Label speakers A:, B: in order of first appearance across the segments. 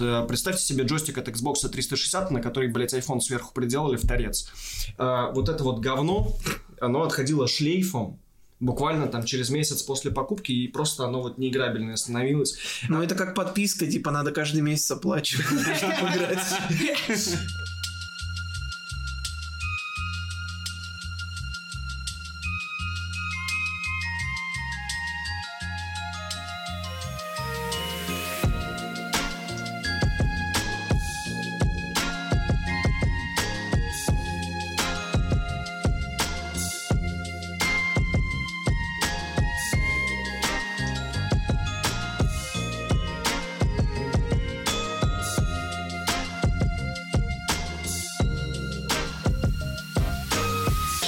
A: Э, Представьте себе джойстик от Xbox 360, на который, блядь, iPhone сверху приделали в торец. А, вот это вот говно, оно отходило шлейфом буквально там через месяц после покупки, и просто оно вот неиграбельное становилось.
B: Ну, это как подписка, типа, надо каждый месяц оплачивать, чтобы играть.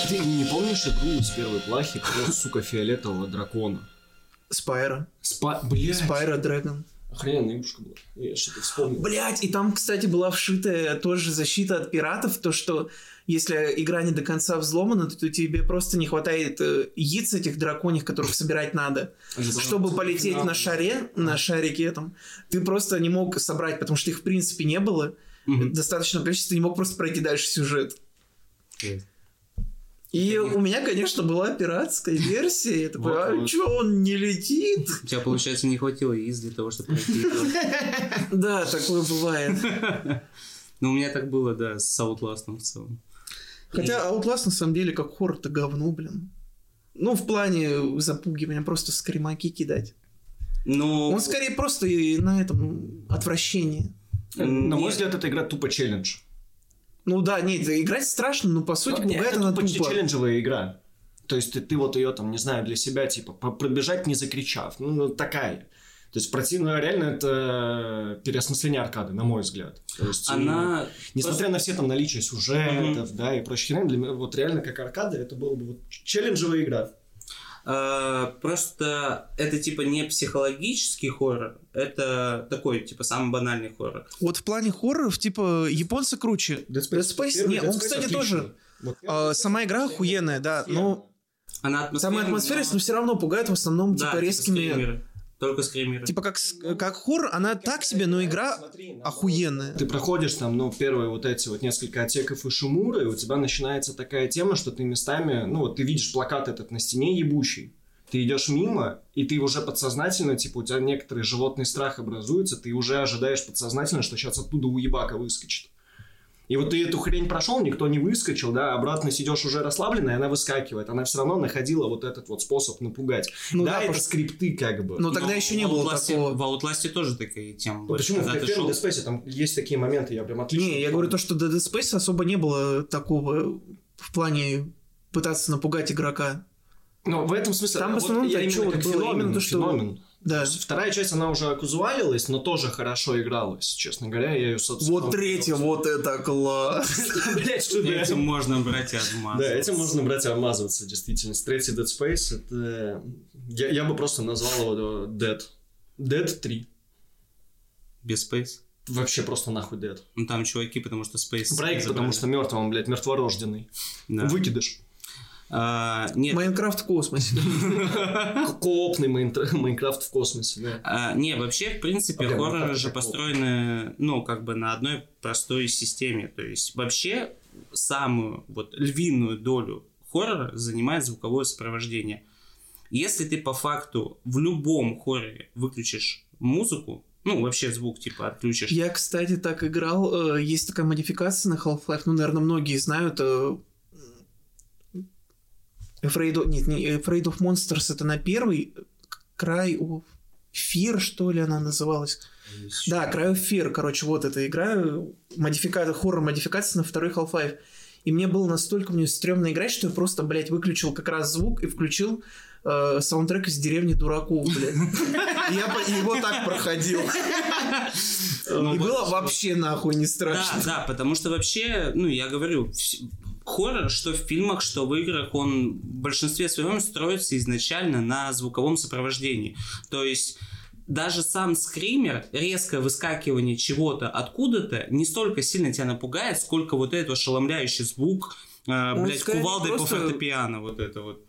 A: Ты не помнишь игру с первой плахи про, сука, фиолетового дракона?
B: Спайра.
A: Спа... Блядь.
B: Спайра Дрэгон.
A: Охрененная игрушка была. Я что-то вспомнил.
B: Блять, и там, кстати, была вшитая тоже защита от пиратов, то что если игра не до конца взломана, то тебе просто не хватает э, яиц этих драконьих, которых собирать надо. Чтобы полететь на шаре,
A: А.
B: на шарике там, ты просто не мог собрать, потому что их в принципе не было.
A: Мгм.
B: Достаточно количества, ты не мог просто пройти дальше сюжет. И
C: Конечно.
B: у меня, конечно, была пиратская версия. Я такой,
A: Вот,
B: а
A: вот.
B: чё он не летит?
C: У тебя, получается, не хватило яиц для того, чтобы пройти игру.
B: Да, такое бывает.
C: Ну, у меня так было, да, с Outlast'ом в целом.
B: Хотя Outlast на самом деле как хоррор-то говно, блин. Ну, в плане запугивания, просто скримаки кидать.
C: Ну,
B: Он скорее просто и на этом отвращение.
A: На мой
C: Нет.
A: взгляд, эта игра тупо челлендж.
B: Ну да, нет, играть страшно, но по сути
A: Ну, не,
B: пугает
A: это
B: она
A: тупо ч-
B: тупо.
A: челленджевая игра. То есть ты, ты вот ее там, не знаю, для себя, типа, по- пробежать не закричав. Ну, ну, такая. То есть противно, реально, это переосмысление аркады, на мой взгляд. То есть, и
C: она...
A: Несмотря на все там наличие сюжетов, да, и прочих херен, для меня вот реально как аркада, это было бы вот ч- челленджевая игра.
C: А, Просто это типа не психологический хоррор, это такой типа самый банальный хоррор.
B: Вот в плане хорроров, типа, японцы круче.
A: Dead
B: Dead Space?
A: первый
B: Не,
A: Dead
B: он,
A: Space
B: кстати,
A: отличный.
B: тоже,
A: Вот
B: а, сама игра охуенная, да, но
C: Она
A: Ну,
C: атмосфера...
B: сама атмосферист, но все равно пугает в основном, типа, резкими...
C: Только скримеры.
B: Типа, как, с- как хоррор, она так себе, но игра охуенная.
A: Ты проходишь там, ну, первые вот эти вот несколько отсеков и шумуры, и у тебя начинается такая тема, что ты местами, ну, вот ты видишь плакат этот на стене ебучий, ты идешь мимо, и ты уже подсознательно, типа, у тебя некоторый животный страх образуется, ты уже ожидаешь подсознательно, что сейчас оттуда уебака выскочит. И вот ты эту хрень прошел, никто не выскочил, да, обратно сидешь уже расслабленный, и она выскакивает. Она все равно находила вот этот вот способ напугать.
B: Ну
A: да,
B: да,
A: это
B: просто-
A: скрипты как бы.
B: Ну, тогда еще не
C: в
B: было
C: Outlast'е-
B: такого.
C: В Outlast'е тоже такие темы
A: Ну,
C: были.
A: почему?
C: Когда
A: В
C: ты
A: первом
C: шел-
A: Dead Space там есть такие моменты, я прям отлично.
B: Не, я говорю то, что до Dead Space особо не было такого в плане пытаться напугать игрока.
A: Но Ну, в этом смысле...
B: Там в
A: вот
B: основном
A: я
B: так
A: именно
B: чё
A: как
B: было,
A: феномен,
B: именно то, что-
A: феномен. То
B: Да.
A: есть вторая часть, она уже окузуалилась, но тоже хорошо игралась, честно говоря. Я ее, собственно...
B: Вот третья, вот это класс.
A: Блять, что да.
C: Этим можно брать и отмазаться.
A: Да, этим можно брать и обмазываться, действительно. Третий Dead Space, это... э, Я, я бы просто назвал его э, Dead. Dead 3.
C: Без Space.
A: Вообще просто нахуй Dead.
C: Ну, там чуваки, потому что Space...
A: Проект, потому
C: забрали.
A: что мертвый, он, блядь, мертворожденный.
C: Да.
A: Выкидыш.
C: А, нет,
B: Майнкрафт в космосе.
A: К- Коопный Майнтра- Майнкрафт в космосе, да.
C: А, не, вообще, в принципе,
A: А, блин, ну
C: хорроры
A: как
C: же
A: такого?
C: построены, ну, как бы на одной простой системе. То есть, вообще, самую вот львиную долю хоррора занимает звуковое сопровождение. Если ты по факту в любом хорроре выключишь музыку, ну, вообще звук, типа, отключишь.
B: Я, кстати, так играл. э, Есть такая модификация на Half-Life. Ну, наверное, многие знают. э, Afraid of... Нет, не Afraid of Monsters. Это на первый край of Fear, что ли она называлась. Да, Cry of Fear, короче, вот эта игра, э, модификация, хоррор-модификация на второй Half-Life. И мне было настолько мне стрёмно играть, что я просто, блядь, выключил как раз звук и включил э, саундтрек из деревни дураков, блядь. И Я по- его так проходил.
C: Ну,
B: И
C: вот,
B: было вообще нахуй не страшно.
C: Да, да, потому что вообще, ну, я говорю, вс- хоррор, что в фильмах, что в играх, он в большинстве своем строится изначально на звуковом сопровождении. То есть даже сам скример, резкое выскакивание чего-то откуда-то, не столько сильно тебя напугает, сколько вот этот ошеломляющий звук, э, блядь,
B: скорее
C: кувалдой
B: просто-
C: по фортепиано, вот это вот.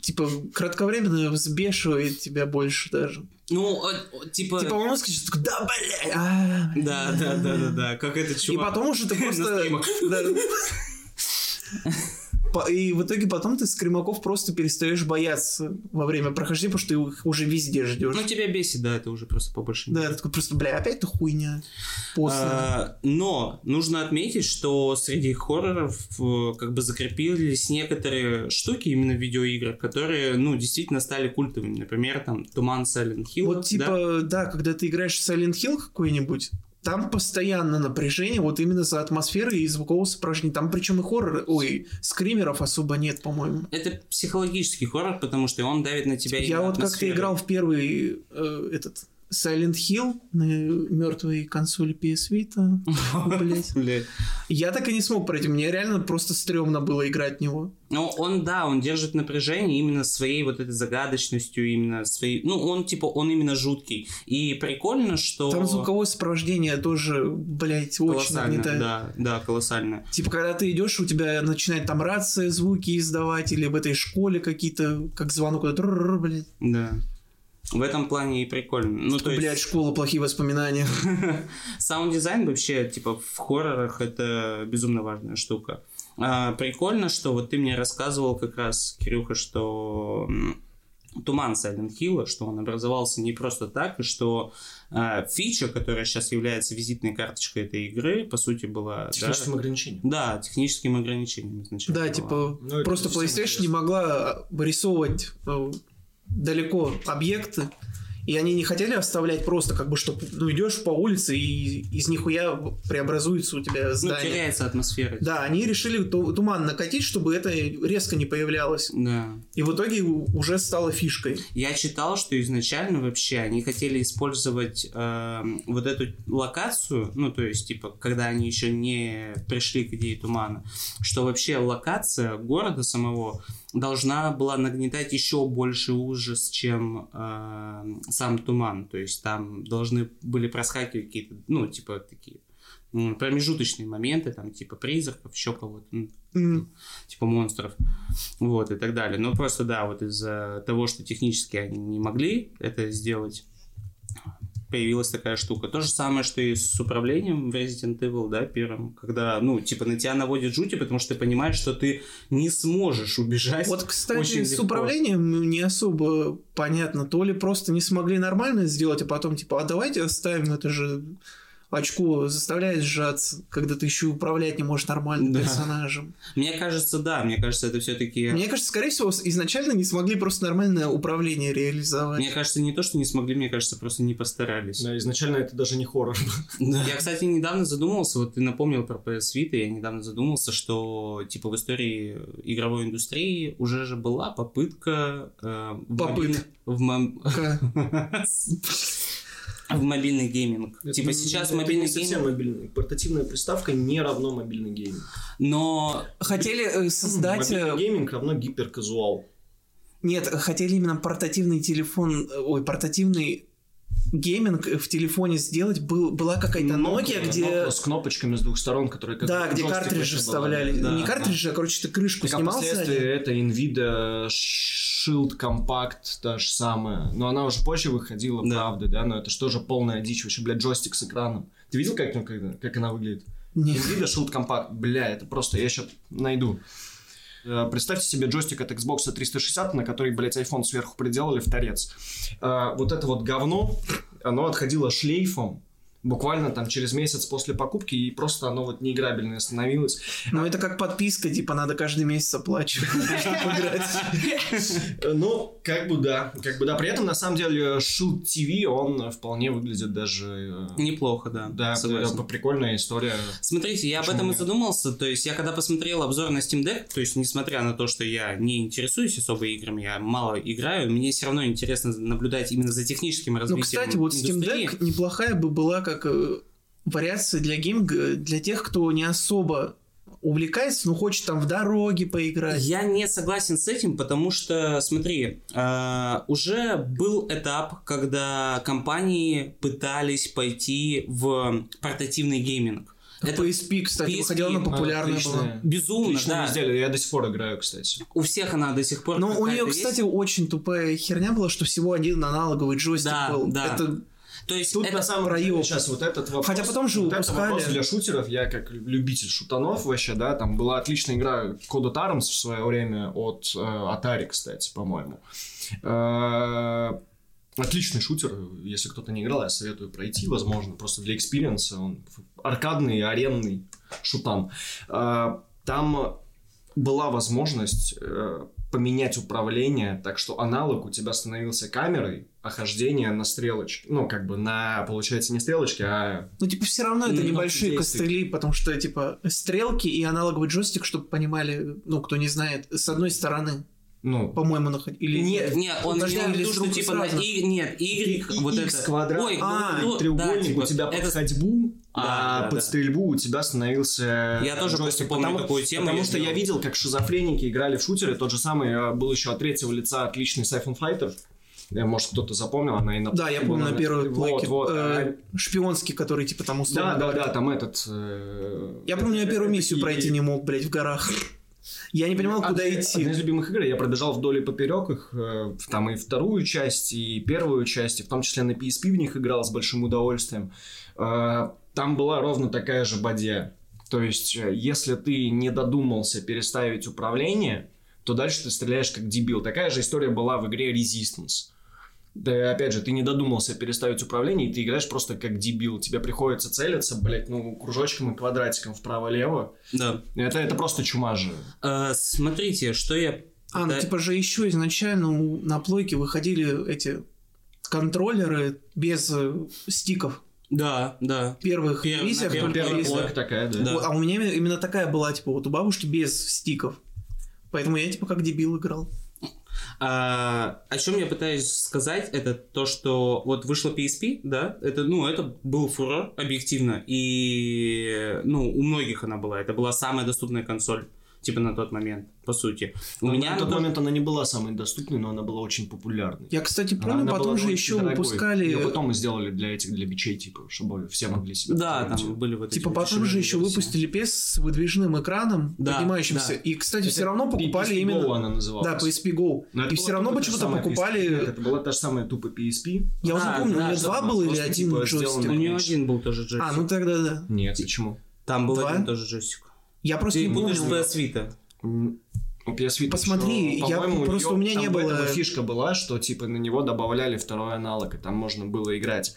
B: типа, кратковременно взбешивает тебя больше даже.
C: Ну, э, типа...
B: Типа, он скажет, такой, да, блядь, а,
C: Да, да, да, да, да, как этот
B: И
C: чувак.
B: потом уже ты
C: на
B: просто...
C: стримах.
B: Да. По- И в итоге потом ты скримаков просто перестаешь бояться во время прохождения, потому что ты их уже везде ждешь.
C: Ну, тебя бесит, да, это уже просто побольше.
B: Да, ты такой просто, бля, опять ты хуйня. Постная.
C: А, но нужно отметить, что среди хорроров э, как бы закрепились некоторые штуки именно в видеоиграх, которые, ну, действительно стали культовыми. Например, там Туман Сайлент Хилл.
B: Вот типа, да? когда ты играешь в Silent Hill какой-нибудь, там постоянно напряжение, вот именно за атмосферы и звукового сопровождения. Там причем и хоррор, ой, скримеров особо нет, по-моему.
C: Это психологический хоррор, потому что он давит на тебя.
B: Я
C: именно
B: вот как-то
C: атмосферой.
B: играл в первый э, этот Silent Hill на мертвой консоли PS Vita. Блядь.
C: Блядь.
B: Я так и не смог пройти. Мне реально просто стрёмно было играть в него.
C: Но Ну, он, да, он держит напряжение именно своей вот этой загадочностью, именно своей... Ну, он, типа, он именно жуткий. И прикольно, что...
B: Там звуковое сопровождение тоже, блядь, очень
C: колоссально,
B: нагнетает.
C: да, да, колоссально.
B: Типа, когда ты идешь, у тебя начинает там рация звуки издавать, или в этой школе какие-то, как звонок, вот, «Трррр», блядь.
C: Да. В этом плане и прикольно. Ну, то есть...
B: Блядь, школа, плохие воспоминания.
C: Саунд-дизайн вообще, типа, в хоррорах это безумно важная штука. А, прикольно, что вот ты мне рассказывал как раз, Кирюха, что м, туман Сайлент Хилла, что он образовался не просто так, и что а, фича, которая сейчас является визитной карточкой этой игры, по сути, была... да,
A: Техническим ограничением.
C: Да, техническим ограничением изначально.
B: Да,
C: была.
B: типа,
A: Ну, это
B: просто
A: самое
B: PlayStation не
A: интересное.
B: могла рисовать э, далеко объекты, и они не хотели оставлять просто, как бы, что ну, идешь по улице, и из нихуя преобразуется у тебя
C: Ну,
B: здание.
C: теряется атмосфера.
B: Да, они решили ту- туман накатить, чтобы это резко не появлялось.
C: Да.
B: И в итоге у- уже стало фишкой.
C: Я читал, что изначально вообще они хотели использовать эм, вот эту локацию, ну, то есть, типа, когда они еще не пришли к идее тумана, что вообще локация города самого должна была нагнетать еще больше ужас, чем эм, сам туман. То есть там должны были проскакивать какие-то, ну, типа, такие м, промежуточные моменты, там, типа, призраков, еще кого-то, ну,
B: М,
C: типа монстров, вот, и так далее. Но просто, да, вот из-за того, что технически они не могли это сделать, появилась такая штука. То же самое, что и с управлением в Resident Evil, да, первым, когда, ну, типа, на тебя наводит жути, потому что ты понимаешь, что ты не сможешь убежать.
B: Вот, кстати,
C: очень
B: с
C: легко.
B: управлением не особо понятно. То ли просто не смогли нормально сделать, а потом типа, а давайте оставим это же очко, заставляет сжаться, когда ты еще и управлять не можешь нормально
C: Да.
B: персонажем.
C: Мне кажется, да, мне кажется, это все-таки...
B: Мне кажется, скорее всего, с- изначально не смогли просто нормальное управление реализовать.
C: Мне кажется, не то, что не смогли, мне кажется, просто не постарались.
A: Да, изначально это даже не хоррор.
C: Я, кстати, недавно задумался, вот ты напомнил про PS Vita, я недавно задумался, что, типа, в истории игровой индустрии уже же была попытка... э, в
B: Попыт.
C: мобильный- В, мом-
B: Ка-
C: в мобильный гейминг.
A: Это
C: типа,
A: не-
C: сейчас
A: это
C: мобильный
A: не совсем
C: гейминг...
A: мобильный. Портативная приставка не равно мобильный гейминг.
C: Но...
B: Хотели э, создать... э,
A: Мобильный гейминг равно гиперказуал.
B: Нет, хотели именно портативный телефон, э, ой, портативный гейминг в телефоне сделать. Был, была какая-то Nokia,
A: Nokia,
B: где...
A: Ну, Nokia с кнопочками с двух сторон, которые как
B: да, где
A: джойстик
B: картриджи
A: вообще была.
B: вставляли.
C: да,
B: не
C: да.
B: картриджи, а, короче, ты крышку
A: Так, а
B: снимал
A: впоследствии
B: сзади.
A: это Nvidia Shield Compact та же самая. Но она уже позже выходила,
C: Да.
A: правда, да? Но это же тоже полная дичь. Вообще, блядь, джойстик с экраном. Ты видел, как, ну, когда- как она выглядит?
B: а Не.
A: Nvidia Shield Compact, бля, это просто, я сейчас найду. Э, Представьте себе джойстик от Xbox 360, на который, блядь, iPhone сверху приделали в торец. Э, Вот это вот говно, оно отходило шлейфом буквально там через месяц после покупки, и просто оно вот неиграбельное становилось.
B: Ну, это как подписка, типа, надо каждый месяц оплачивать, чтобы играть.
A: Э, Ну, как бы да, как бы да. При этом, на самом деле, э, Shield TV, он э, вполне выглядит даже... э,
C: Неплохо, да.
A: Да,
C: согласен.
A: э, прикольная история.
C: Смотрите, я об
A: Почему
C: этом и
A: нет?
C: задумался. То есть, я когда посмотрел обзор на Steam Deck, то есть, несмотря на то, что я не интересуюсь особо играми, я мало играю, мне все равно интересно наблюдать именно за техническим
B: Ну,
C: развитием
B: кстати, вот Steam
C: индустрии.
B: Deck неплохая бы была как э, вариация для гейминга, э, для тех, кто не особо увлекается, но хочет там в дороге поиграть.
C: Я не согласен с этим, потому что, смотри, э, уже был этап, когда компании пытались пойти в портативный гейминг.
B: Это PSP, кстати,
C: PSP,
B: выходила она популярная была.
C: Безумно,
A: Отличное
C: да.
A: изделие, я до сих пор играю, кстати.
C: У всех она до сих пор
B: Но у нее,
C: какая-то
B: кстати,
C: есть.
B: очень тупая херня была, что всего один аналоговый джойстик
C: Да,
B: был.
C: да.
B: Это
C: То есть
A: Тут
C: это-
A: на самом
B: проеб.
A: деле сейчас вот этот вопрос.
B: Хотя потом же
A: вот это
B: выпускали.
A: вопрос для шутеров. Я как любитель шутанов вообще, да, там была отличная игра Code of Arms в свое время от э, Atari, кстати, по-моему. Э, Отличный шутер, если кто-то не играл, я советую пройти, возможно, просто для экспириенса. Он аркадный, аренный шутан. Э, Там была возможность э, поменять управление, так что аналог у тебя становился камерой, а хождение на стрелочке. Ну, как бы на, получается, не стрелочке, а...
B: Ну, типа, все равно это
C: Ну,
B: небольшие
A: действий.
B: костыли, потому что, типа, стрелки и аналоговый джойстик, чтобы понимали, ну, кто не знает, с одной стороны,
A: Ну,
B: по-моему, наход... или...
A: Нет,
C: Нет, он
B: Подожди,
C: имел в
B: или
C: виду,
B: с
C: что
B: другой
C: типа на
B: стороны.
C: и, нет, Y,
A: И-
C: вот
A: X
C: это.
A: квадрат,
C: Ой,
B: А,
C: ну, ну,
A: треугольник
C: да, типа,
A: у тебя под
C: это-
A: ходьбу,
C: А,
A: а,
C: да,
A: под
C: да.
A: стрельбу у тебя становился
C: Я тоже просто
A: джойстик.
C: помню
A: потому,
C: такую тему,
A: Потому
C: я
A: что я
C: делал.
A: видел, как шизофреники играли в шутеры. Тот же самый э, был еще от третьего лица отличный Siphon Fighter. Э, Может, кто-то запомнил, она и на...
B: Да, я помню на первой
A: Вот,
B: плойке.
A: вот.
B: э, Шпионский, который, типа, там условно...
A: Да, да,
B: говоря-
A: да, там этот... э,
B: Я помню, я первую миссию
A: и-
B: пройти не мог, блядь, в горах. Я не
C: А,
B: понимал,
A: Одна-
B: куда
A: Одна
B: идти.
A: из любимых игр. Я пробежал вдоль и поперек их. э, в- Там и вторую часть, и первую часть, и в том числе на PSP в них играл с большим удовольствием. Э, Там была ровно такая же бадья. То есть, э, если ты не додумался переставить управление, то дальше ты стреляешь как дебил. Такая же история была в игре Resistance. Да, и опять же, ты не додумался переставить управление, и ты играешь просто как дебил. Тебе приходится целиться, блять, ну, кружочком и квадратиком вправо-лево.
C: Да.
A: Это, это просто чума же.
C: Э, смотрите, что я.
B: А, ну,
C: да,
B: типа же еще изначально у- на плойке выходили эти контроллеры без э, стиков
C: да, да.
B: первых
C: Пер- на
B: миссиях,
C: первой
B: только
A: Первая
C: плойке.
B: есть-
A: блок такая, да.
C: Да.
B: Вот, А у меня именно такая была, типа, вот у бабушки без стиков. Поэтому я, типа, как дебил играл.
C: А, о чем я пытаюсь сказать, это то, что вот вышла PSP, да, это, ну, это был фурор, объективно, и, ну, у многих она была, это была самая доступная консоль, типа, на тот момент, по сути. У
B: Ну,
A: на
C: меня она
A: тот
C: была-
A: момент она не была самой доступной, но она была очень популярной.
B: Я, кстати,
A: Она-
B: помню,
A: она
B: потом
A: была
B: же
A: очень
B: еще
A: дорогой.
B: выпускали...
A: Её потом сделали для этих, для бичей, типа, чтобы все могли себе...
C: Да,
A: позволить.
C: там были вот эти
B: Типа
C: вот
B: потом же
C: дешевые
B: еще
C: версии.
B: выпустили PS с выдвижным экраном,
C: Да,
B: поднимающимся.
C: да.
B: И, кстати,
A: Это
B: все равно покупали
A: PSP Go
B: именно...
A: она называлась.
B: Да, PSP Go.
A: Но это
B: и
A: была
B: все равно
A: тупо та же
B: почему-то
A: самая PSP. Нет,
B: покупали...
A: это была та же самая тупо PSP.
B: Я уже
C: Да,
B: помню,
C: да,
B: у меня
C: что
B: два
A: она
B: было или
A: просто,
B: один
A: типа,
B: джойстик.
A: сделана.
C: У нее
A: Конечно.
C: один был тоже джойстик.
B: А, ну тогда да.
A: Нет, почему?
C: Там был
B: два?
C: один тоже джойстик.
B: Я просто
C: Ты
B: не
C: путаешь
B: помню.
C: PS Vita.
A: М, У PSP -то
B: Посмотри,
A: ещё,
B: я
A: по-моему,
B: просто-
A: её-
B: у меня
A: там
B: не
A: в этом
B: было-
A: и фишка была, что типа на него добавляли второй аналог, и там можно было играть.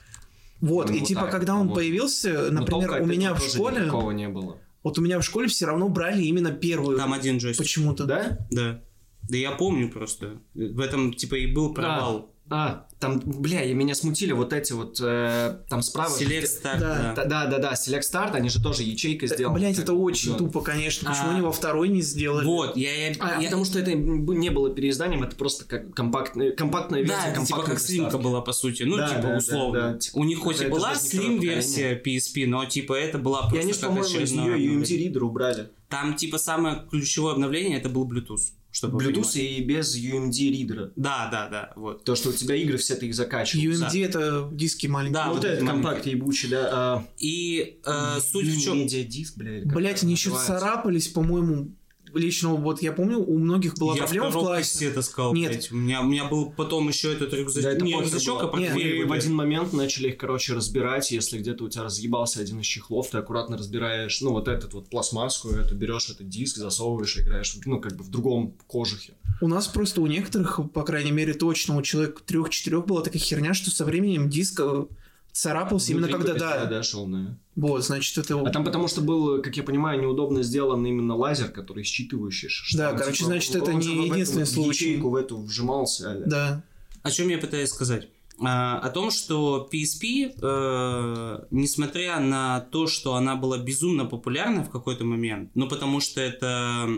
B: Вот,
A: Ну,
B: и
A: вот
B: типа,
A: так,
B: когда он
A: по-моему.
B: появился,
A: Но
B: например,
A: толка
B: у
A: от
B: меня
A: этого
B: в
A: тоже
B: школе...
A: Никакого не было.
B: Вот у меня в школе все равно брали именно первую.
C: Там один джойстик.
B: Почему-то.
A: Да?
C: Да. Да я помню просто. В этом, типа, и был провал.
A: А, там, бля, и меня смутили вот эти вот, э, там справа... же-
C: Select
B: Да.
C: Start, да.
A: Да, да, да, да, Select Start, они же тоже
C: Э,
A: ячейкой сделаны.
B: Блять, Э, это
A: Так,
B: очень
A: да.
B: тупо, конечно. Почему
C: А.
B: они во второй не сделали?
C: Вот, я... я-
A: А,
C: я-
A: потому что это не было переизданием, это просто как компактная, компактная версия.
C: Да, это типа
A: компактной
C: как слимка
A: приставки.
C: была, по сути. Ну,
A: Да,
C: типа,
A: да, да,
C: условно.
A: да. Типа,
C: У них хоть и
A: это
C: была
A: из некоторого
C: слим-версия PSP, но, типа, это была
A: И
C: просто
A: они же,
C: как
A: по-моему, из
C: очередное
A: нее
C: обновление.
A: UMD-ридер убрали.
C: Там, типа, самое ключевое обновление это был Bluetooth. Чтобы вы
A: Bluetooth
C: понимали.
A: и без UMD-ридера.
C: Да, да, да, вот.
A: То, что у тебя игры все ты их закачивал.
B: UMD это диски маленькие.
C: Да,
A: Ну, вот
C: вот
A: этот
C: этот
A: компакт ебучий, да.
C: И
A: а,
C: э, суть в чем...
A: Медиадиск, блядь. как
B: Блять,
A: это
B: они еще
A: называется?
B: царапались, по-моему, лично вот я помню, у многих была
C: я
B: проблема в
C: второго
B: классе.
C: кассета сказал,
B: Нет.
C: блядь. У меня, у меня был потом еще этот рюкзач...
A: Да, это
C: не
A: похер
C: рюкзачок,
A: было.
C: а
B: Нет,
C: портфель.
A: Мы в
C: блядь.
A: один момент начали их, короче, разбирать. Если где-то у тебя разъебался один из чехлов, ты аккуратно разбираешь, ну, вот этот вот пластмасску, эту берешь этот диск, засовываешь и играешь, ну, как бы в другом кожухе.
B: У нас просто у некоторых, по крайней мере, точно у человек трех-четырех была такая херня, что со временем диск э, царапался именно
A: Внутри
B: когда
A: капитала,
B: да.
A: да, шел, наверное.
B: Вот, значит, это
A: А там потому что был, как я понимаю, неудобно сделан именно лазер, который считывающий. что
B: Да,
A: он,
B: короче,
A: типа,
B: значит, это
A: он
B: не
A: же в эту
B: единственный
A: вот
B: случай.
A: ячейку в эту вжимался. а-ля.
B: да.
C: О чем я пытаюсь сказать? А, О том, что PSP, э, несмотря на то, что она была безумно популярна в какой-то момент, ну потому что это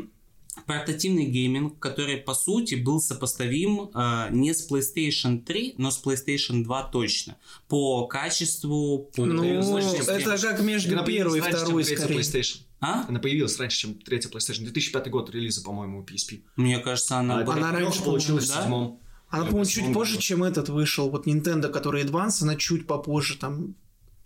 C: портативный гейминг, который по сути был сопоставим э, не с PlayStation 3, но с PlayStation 2 точно. По качеству, по...
B: Ну,
A: наверное, знаешь, чем
B: это как между
A: Она появилась
B: первой
A: раньше, чем
B: и второй
A: третья
B: скорее.
A: PlayStation.
C: А?
A: Она появилась раньше, чем третья PlayStation. 2005 год релиза, по-моему, у PSP.
C: Мне кажется, она...
A: А
C: была-
B: она
A: «Трёх»
B: раньше,
A: получилась в
C: по-моему, да?
A: седьмом.
B: Она,
A: Я
B: по-моему,
A: просто
B: чуть
A: помню,
B: позже,
A: вот.
B: чем этот вышел. Вот Nintendo, который Advance, она чуть попозже, там,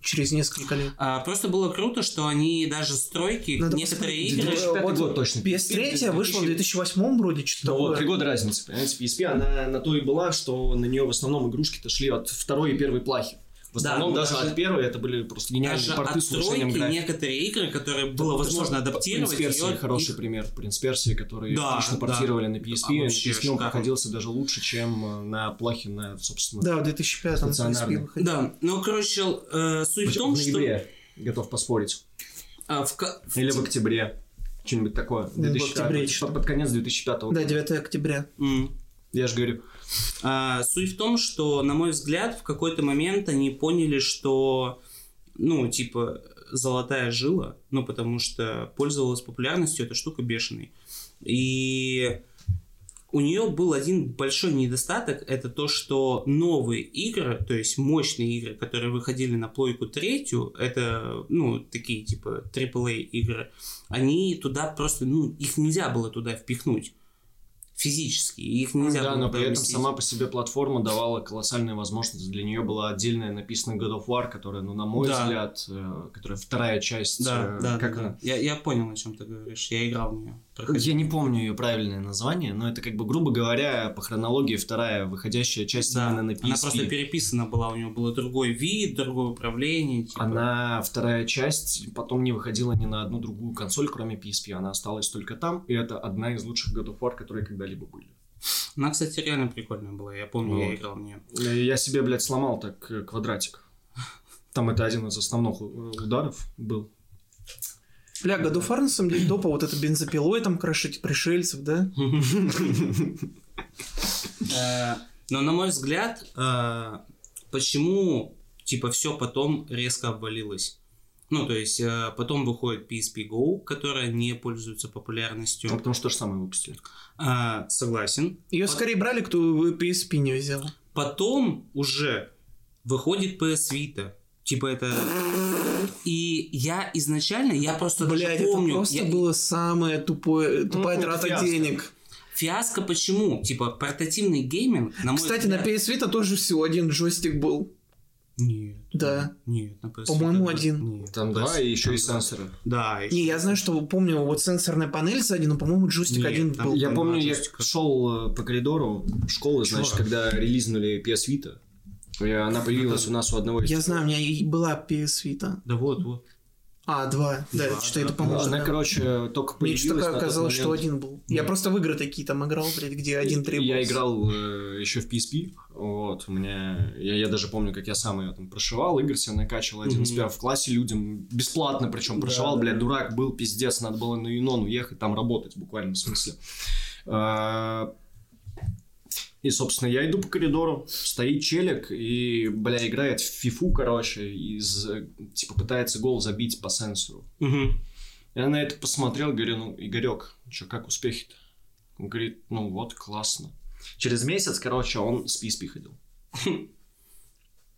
B: через несколько лет.
C: А, просто было круто, что они даже стройки,
B: Надо
C: некоторые
B: посмотреть.
C: игры...
B: Да.
A: 2005
B: Вот
A: год точно.
B: PS3 вышла в 2008 вроде, что-то
A: Ну, вот,
B: такое.
A: три года разницы, понимаете, PSP, она на то и была, что на нее в основном игрушки-то шли от второй и первой плахи. В
C: Да,
A: основном
C: ну,
A: даже,
C: даже-
A: от первой это были просто гениальные
C: Даже
A: порты с улучшением
C: отстройки
A: графики.
C: некоторые игры, которые было
A: Просто
C: возможно
A: Принц
C: адаптировать.
A: Персии
C: её-
A: хороший
C: их-
A: пример. Принц Персии, который
C: Да,
A: отлично
C: да. А
A: портировали на PSP, и на
C: вообще
A: PSP он
C: шикарно.
A: проходился даже лучше, чем э, на плахе на, собственно,
B: Да, в 2005 на PSP
A: Стационарный.
B: выходила.
C: Да, ну, короче, э, суть в
A: в,
C: том, что...
A: ноябре, готов поспорить.
C: а, в ка- в
A: Или
C: те-
A: в октябре. Что-нибудь такое.
B: Ну, в
A: 2005,
B: октябре
A: под-
B: что-то.
A: под конец 2005 года.
B: Да, 9 октября.
C: М.
A: Я же говорю,
C: А, суть в том, что, на мой взгляд, в какой-то момент они поняли, что, ну, типа, золотая жила, ну, потому что пользовалась популярностью эта штука бешеной. И у нее был один большой недостаток, это то, что новые игры, то есть мощные игры, которые выходили на плойку третью, это, ну, такие, типа, AAA игры, они туда просто, ну, их нельзя было туда впихнуть физически, их нельзя
A: да,
C: было
A: но
C: туда
A: при этом
C: вместить.
A: сама по себе платформа давала колоссальные возможности. Для нее была отдельная написана God of War, которая, ну, на мой
C: Да.
A: взгляд, э, которая вторая часть.
C: Да,
A: э,
C: да,
A: как
C: да,
A: она?
C: да. Я, я понял, о чем ты говоришь. Я играл в нее.
A: Я не помню ее правильное название, но это как бы, грубо говоря, по хронологии вторая выходящая часть
C: Да,
A: именно на
C: она
A: PSP.
C: просто переписана была, у нее было другой вид, другое управление. типа.
A: Она вторая часть потом не выходила ни на одну другую консоль, кроме PSP. Она осталась только там, и это одна из лучших God of War, которые когда-либо были.
C: Она, кстати, реально прикольная была. Я помню, я
A: Вот.
C: играл в нее.
A: Э, Я себе, блядь, сломал так э, квадратик. Там это один из основных у- ударов был.
B: Бля, году Фар, на самом деле, топа вот это бензопилой там крошить пришельцев, да?
C: Э, Но на мой взгляд, э, почему типа все потом резко обвалилось? Ну, то есть, э, потом выходит PSP Go, которая не пользуется
A: Ну,
C: популярностью.
A: потому что то же самое выпустили.
C: А, согласен.
B: Ее
C: Вот.
B: скорее брали, кто PSP не взял.
C: Потом уже выходит PS Vita. Типа это... И я изначально, я просто даже
B: Блять, это
C: помню...
B: просто
C: я-
B: было самое тупое, тупая
A: это
B: трата
A: Ну, фиаско.
B: денег.
C: Фиаско почему? Типа портативный гейминг, на мой
B: Кстати, на
C: взгляд-
B: PS Vita тоже всего один джойстик был.
C: Нет.
B: Да.
C: Нет, на PS
B: По-моему,
C: Vita даже-
B: один.
C: Нет.
A: Там два и еще и сенсоры.
C: Да, ещё.
B: Не, я знаю, что помню, вот сенсорная панель сзади, но, по-моему, джойстик
C: Нет,
B: один
C: там-
B: был.
A: Я
C: там
A: помню,
C: два
A: я
C: джойстика.
A: шел э, по коридору школы, значит,
C: Чувак.
A: когда релизнули PS Vita. И она появилась у нас у одного из...
B: Я знаю, у меня и была PS Vita.
C: Да вот, вот.
B: А, два. Да,
C: Два,
B: это что
C: да.
B: это,
A: Ну,
B: по-моему,
A: Она,
B: да.
A: короче, только
B: Мне
A: появилась
B: что-то
A: на тот
B: оказалось, что
A: момент.
B: один был. Я
A: Нет.
B: просто в игры такие там играл, блядь, где один требовался.
A: Э, Я играл еще в PSP, вот, у меня, я, я даже помню, как я сам ее там прошивал, игр себе накачивал один из
C: Мгм.
A: первых в классе людям, бесплатно причем
C: Да,
A: прошивал,
C: да,
A: блядь,
C: да.
A: дурак был, пиздец, надо было на Юнон уехать, там работать в буквальном смысле. А, И, собственно, я иду по коридору, стоит челик и, бля, играет в фифу, короче, из, э, типа, пытается гол забить по сенсору.
C: Мгм.
A: Я на это посмотрел, говорю, ну, Игорек, что, как успехи-то? Он говорит, ну вот, классно. Через месяц, короче, он с PSP ходил.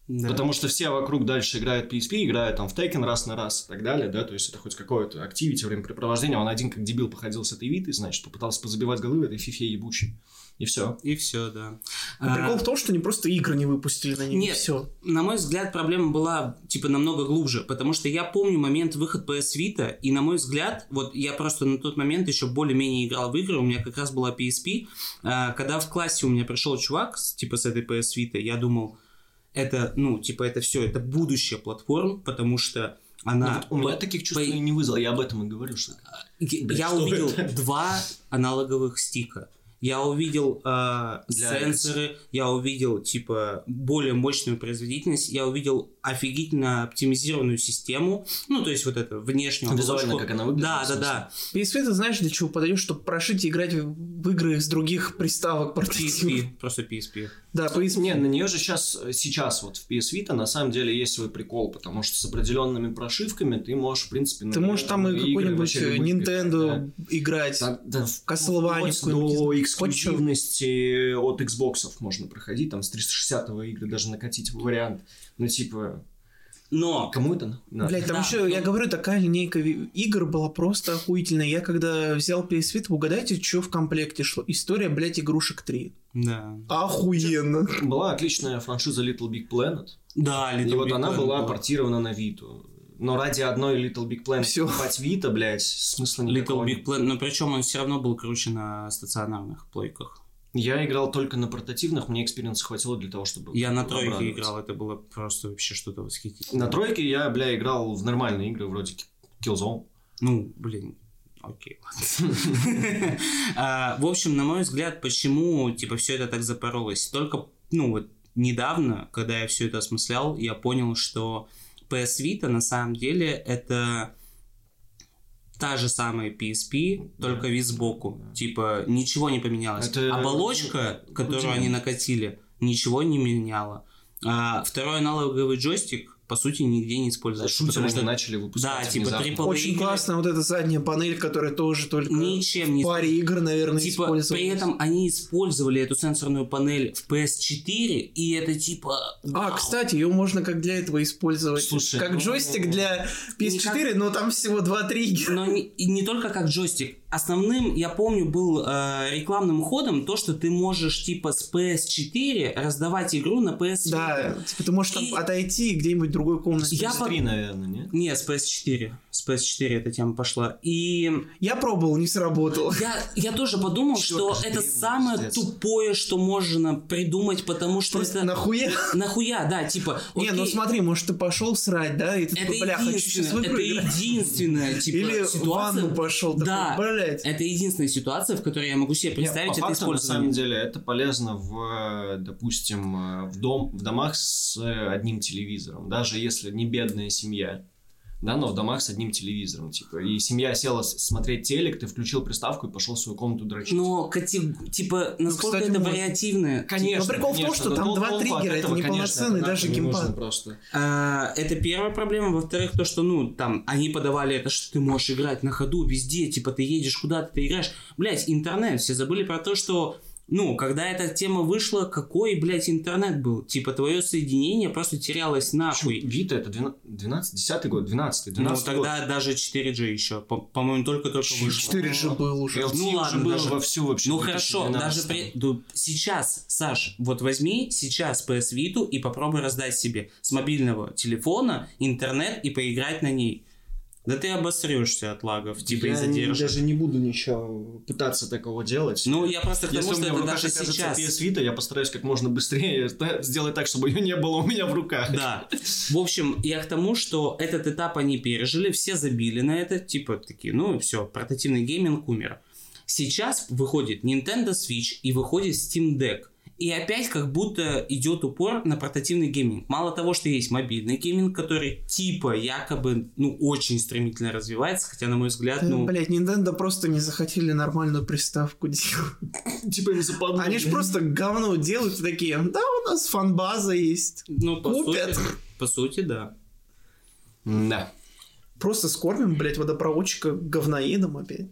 C: Да.
A: Потому что все вокруг дальше играют PSP, играют там в Tekken раз на раз и так далее, да, то есть это хоть какое-то активити, времяпрепровождение. Он один как дебил походил с этой витой, значит, попытался позабивать головы в этой фифе ебучей. И все.
C: И все, да.
B: Но
C: А,
B: Прикол в том, что они просто игры не выпустили на них.
C: Нет.
B: Все.
C: на мой взгляд, проблема была, типа, намного глубже, потому что я помню момент выход PS Vita, и, на мой взгляд, вот я просто на тот момент еще более-менее играл в игры, у меня как раз была PSP, А, когда в классе у меня пришел чувак, с- типа, с этой PS Vita, я думал, это, ну, типа, это все, это будущее платформ, потому что она...
A: Ну, вот у меня таких чувств и не вызвал, я об этом и говорю, что...
C: Я
A: Блин,
C: я
A: что
C: увидел
A: это?
C: два аналоговых стика. Я увидел э,
A: Для
C: сенсоры, я увидел типа более мощную производительность, я увидел офигительно оптимизированную систему, ну то есть вот это внешнюю
A: Визуально,
C: обложку.
A: как она выглядит.
C: Ну, Да,
A: собственно.
C: да, да.
B: PSP ты знаешь, для чего подойдет, чтобы прошить и играть в в игры с других приставок портативных.
C: PSP, просто PSP.
B: Да, PSP.
A: Э, Не, ну, на нее же сейчас, сейчас вот в PS Vita на самом деле есть свой прикол, потому что с определенными прошивками ты можешь, в принципе, на
B: Ты
A: неё
B: можешь там и
A: игры
B: какой-нибудь
A: вообще
B: э,
A: любые играть,
B: Nintendo играть.
A: да. Да, да, в-
B: Castlevania
A: вплоть
B: какую-нибудь,
A: до
B: хоть
A: эксклюзивности от Xbox можно проходить, там с 360 игры даже накатить вариант. Ну, типа,
C: Но
A: Кому это нахуй надо?
B: Блять, там
C: Да,
B: еще,
C: ну-
B: я говорю, такая линейка ви- игр была просто охуительная. Я когда взял PS Vita, угадайте, что в комплекте шло. История, блядь, игрушек 3.
C: Да.
B: Охуенно.
A: Была отличная франшиза Little Big Planet.
C: Да,
A: И
C: Little
A: вот
C: Big
A: она
C: Planet
A: была портирована на Виту. Но ради одной Little Big Planet
B: Всё.
A: покупать Vita, блядь, смысла никакого.
C: Little
A: нет.
C: Big Planet, но причем он все равно был круче на стационарных плойках.
A: Я играл только на портативных, мне экспириенса хватило для того, чтобы...
C: Я на тройке
A: обрадоваться.
C: играл, это было просто вообще что-то восхитительное.
A: На тройке я, бля, играл в нормальные игры, вроде Ki- Killzone.
C: Ну, блин, окей, ладно. А, В общем, на мой взгляд, почему, типа, все это так запоролось? Только, ну, вот недавно, когда я все это осмыслял, я понял, что PS Vita на самом деле это та же самая PSP,
A: Да.
C: только вид сбоку.
A: Да.
C: Типа, ничего не поменялось.
A: Это-
C: Оболочка, которую
A: Удивительно.
C: они накатили, ничего не меняла. А второй аналоговый джойстик, по сути, нигде не использовался.
A: Шутеры
C: потому
A: что
C: что
A: начали выпускать
C: Да, типа,
A: внезапно.
C: трипл-
B: Очень
C: игры.
B: классная вот эта задняя панель, которая тоже только
C: ничем
B: в
C: не
B: паре игр, наверное,
C: Типа,
B: использовалась.
C: при этом они использовали эту сенсорную панель в PS4, и это типа...
B: А,
C: вау.
B: кстати, ее можно как для этого использовать.
A: Слушай,
B: как
A: ну,
B: джойстик для PS4, но там всего два триггера.
C: Но не, и не только как джойстик. Основным, я помню, был э, рекламным ходом то, что ты можешь типа с PS4 раздавать игру на PS4.
B: Да, типа ты можешь там
C: И-
B: отойти и где-нибудь в другой комнате.
C: Я
A: С три, наверное, нет?
C: Не, с PS4. С PS4 эта тема пошла. И
B: Я пробовал, не сработало.
C: я, я тоже подумал,
A: Чёрт,
C: что
A: ты же
C: это
A: древний,
C: самое
A: пиздец.
C: тупое, что можно придумать, потому что
B: Просто
C: это...
B: нахуя?
C: Нахуя, да, типа...
B: Не, ну
C: окей,
B: смотри, может, ты пошел срать, да? И ты
C: Это
B: такой, бля, хочу сейчас
C: единственное, это
B: выиграть.
C: единственная, типа,
B: Или в
C: ситуация.
B: ванну пошел,
C: Да.
B: такой, блядь.
C: Это единственная ситуация, в которой я могу себе
A: Нет, по
C: представить это
A: факту, на самом
C: использование.
A: деле, это полезно в, э, допустим, э, в, дом, в домах с э, одним телевизором, даже если не бедная семья, да, но в домах с одним телевизором, типа, и семья села с- смотреть телек, ты включил приставку и пошел в свою комнату дрочить.
C: Но кати- типа, насколько
B: Ну, кстати,
C: это
B: можно.
C: вариативное?
B: но Типа, прикол в том, что там
A: ну,
B: два триггера, это неполноценный даже геймпад.
A: просто.
C: А, это первая проблема. Во-вторых, то, что, ну, там, они подавали это, что ты можешь играть на ходу везде, типа, ты едешь куда-то, ты играешь. Блять, интернет. Все забыли про то, что, ну, когда эта тема вышла, какой, блядь, интернет был? Типа, твое соединение просто терялось нахуй.
A: Вита это 12, 12 10 год, 12
C: Ну,
A: 12 год.
C: тогда даже 4G еще, по- по-моему, только-только
A: Чё?
C: вышло.
B: 4 же был уже.
A: LTE
C: Ну,
A: уже
C: ладно,
A: даже
C: было.
A: вовсю вообще.
C: Ну
A: в
C: хорошо,
A: 2012.
C: даже при... ну, сейчас, Саш, вот возьми сейчас PS Vita и попробуй раздать себе с мобильного телефона интернет и поиграть на ней. Да ты обосрешься от лагов, типа и
A: Я не-
C: задержек.
A: даже не буду ничего пытаться такого делать.
C: Ну я просто к тому,
A: Если у
C: что
A: меня в
C: это
A: руках
C: даже
A: окажется
C: сейчас.
A: PS Vita, я постараюсь как можно быстрее да, сделать так, чтобы ее не было у меня в руках.
C: Да. В общем, я к тому, что этот этап они пережили, все забили на это, типа такие, ну все, портативный гейминг умер. Сейчас выходит Nintendo Switch и выходит Steam Deck. И опять как будто идет упор на портативный гейминг. Мало того, что есть мобильный гейминг, который типа якобы, ну, очень стремительно развивается, хотя, на мой взгляд, ну...
B: Блять, Nintendo просто не захотели нормальную приставку делать.
A: Типа не западло.
B: Они же просто говно делают и такие, да, у нас фанбаза есть.
C: Ну, по
B: Купят.
C: сути, по сути, да.
A: Да.
B: Просто скормим, блять, водопроводчика говноедом опять.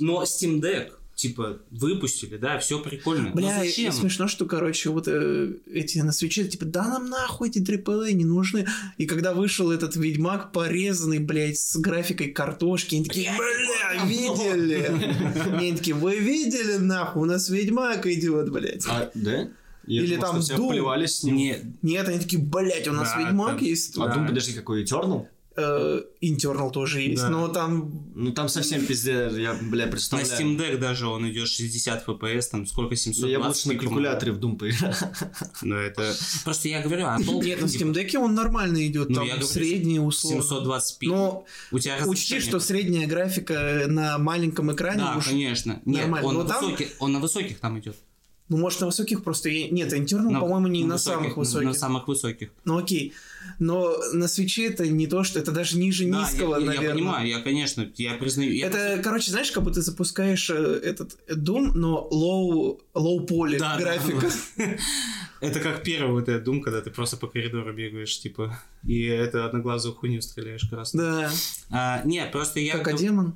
C: Но Steam Deck, типа, выпустили, да, все прикольно. Но
B: Бля, и- и
C: Ну зачем?
B: смешно, что, короче, вот э, эти на свече, типа, да нам нахуй эти AAA не нужны. И когда вышел этот Ведьмак порезанный, блядь, с графикой картошки, они такие, бля, видели? И Они такие, вы видели, нахуй, у нас Ведьмак идет, блядь.
A: А, да? Я
B: Или
A: думал,
B: там
A: что все
B: Doom.
A: плевались с ним.
C: Не,
B: Нет, они такие, блядь, у нас
C: Да,
B: Ведьмак
C: там-
B: есть.
A: А
C: Да.
A: Doom, подожди, какой Eternal?
B: Э, Интернал тоже есть,
C: Да.
B: но там...
A: Ну там совсем пиздец, я, бля,
C: На
A: представляю.
C: Steam Deck даже он идет 60 FPS, там сколько 720.
A: Я бы лучше на
C: типа,
A: калькуляторе в Doom поиграл.
C: Ну это... Просто я говорю, а толк,
B: Нет, на
C: типа,
B: Steam Deck он нормально идет,
C: Ну,
B: там
C: я говорю,
B: средний условно.
C: 720p.
B: Но
C: У тебя
B: учти,
C: разрешение.
B: что средняя графика э, на маленьком экране
C: Да,
B: уж
C: конечно. Нет,
B: нормально.
C: он,
B: Но
C: на
B: там-
C: высоких, он на высоких там идет.
B: Ну, может, на высоких просто... и- Нет, Интернал,
C: На-
B: Ну, по-моему, не на,
C: высоких,
B: самых
C: на-
B: высоких.
C: На самых высоких.
B: Ну, окей. Но на свече это не то, что... Это даже ниже
C: Да,
B: низкого,
C: я, я- я
B: наверное.
C: понимаю, я, конечно, я признаю. я-
B: это, короче, знаешь, как будто запускаешь э, этот Doom, но low, low poly
C: Да, да,
B: графика.
C: да. Это как первый вот этот Doom, когда ты просто по коридору бегаешь, типа, и это одноглазую хуйню стреляешь красную.
B: Да,
C: А, нет, просто я...
B: как о демон.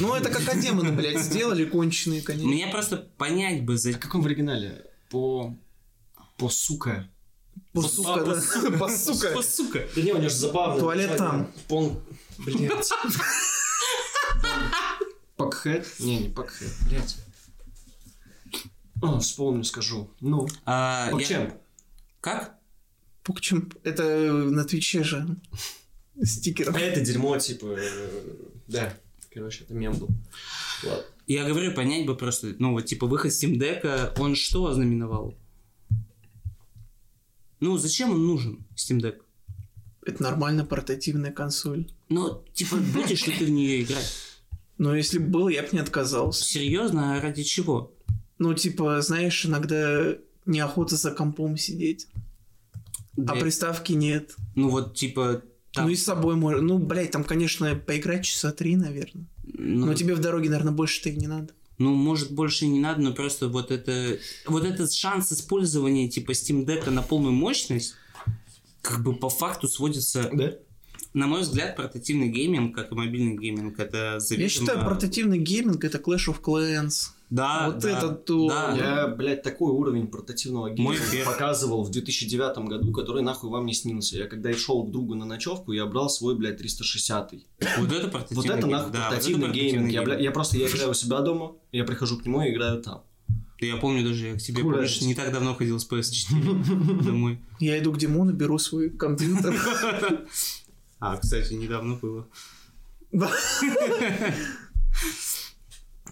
B: Ну, это как о демона, блядь, сделали, конченые, конечно.
C: Мне просто понять бы, за...
A: А как он в оригинале? По... По сука.
B: Посука, да. Посука.
C: Сука.
A: Да не, у него же забавно.
B: Туалет
A: название.
B: там.
A: Пол... Блядь. Пакхед? Не, не пакхед, блядь. А, вспомню, скажу. Ну,
C: А, я-
A: Пакчемп.
C: Как?
B: Пукчем. Это на Твиче же. Стикер.
A: А это дерьмо, типа... э, Да, короче, это мем был. Ладно.
C: Я говорю, понять бы просто, ну вот типа выход Steam Deck, он что ознаменовал? Ну зачем он нужен, Steam Deck?
B: Это нормально портативная консоль.
C: Ну, типа, будешь ли ты в нее играть?
B: Но если бы был, я бы не отказался.
C: Серьезно, а ради чего?
B: Ну, типа, знаешь, иногда неохота за компом сидеть.
C: Да,
B: А приставки нет.
C: Э, Ну вот типа там.
B: Ну и с собой можно. Ну, блядь, там, конечно, поиграть часа три, наверное.
C: ну,
B: Но тебе в дороге, наверное, больше-то и не надо.
C: ну, может, больше и не надо, но просто вот это... Вот этот шанс использования, типа, Steam Deck на полную мощность, как бы по факту сводится...
A: Да?
C: На мой взгляд, портативный гейминг, как и мобильный гейминг, это
B: Я
C: заведомо...
B: считаю, портативный гейминг это Clash of Clans.
C: Да,
B: вот
C: да,
B: это то.
C: да.
A: Я, блядь, такой уровень портативного
C: Мой
A: гейминга
C: первый.
A: показывал в 2009 году, который нахуй вам не снился. Я когда и шел к другу на ночевку, я брал свой, блядь, 360
C: Вот это портативный
A: Вот это нахуй
C: гейминг, да, вот это
A: портативный
C: портативный
A: гейминг. Я, бля-
C: гейминг.
A: я просто я играю у себя дома, я прихожу к нему и играю там.
C: Да я помню даже, я к тебе,
A: Куда
C: помнишь,
A: это?
C: не так давно ходил с PS4 домой.
B: Я иду к Димону, беру свой компьютер.
C: А, кстати, недавно было.
B: Да.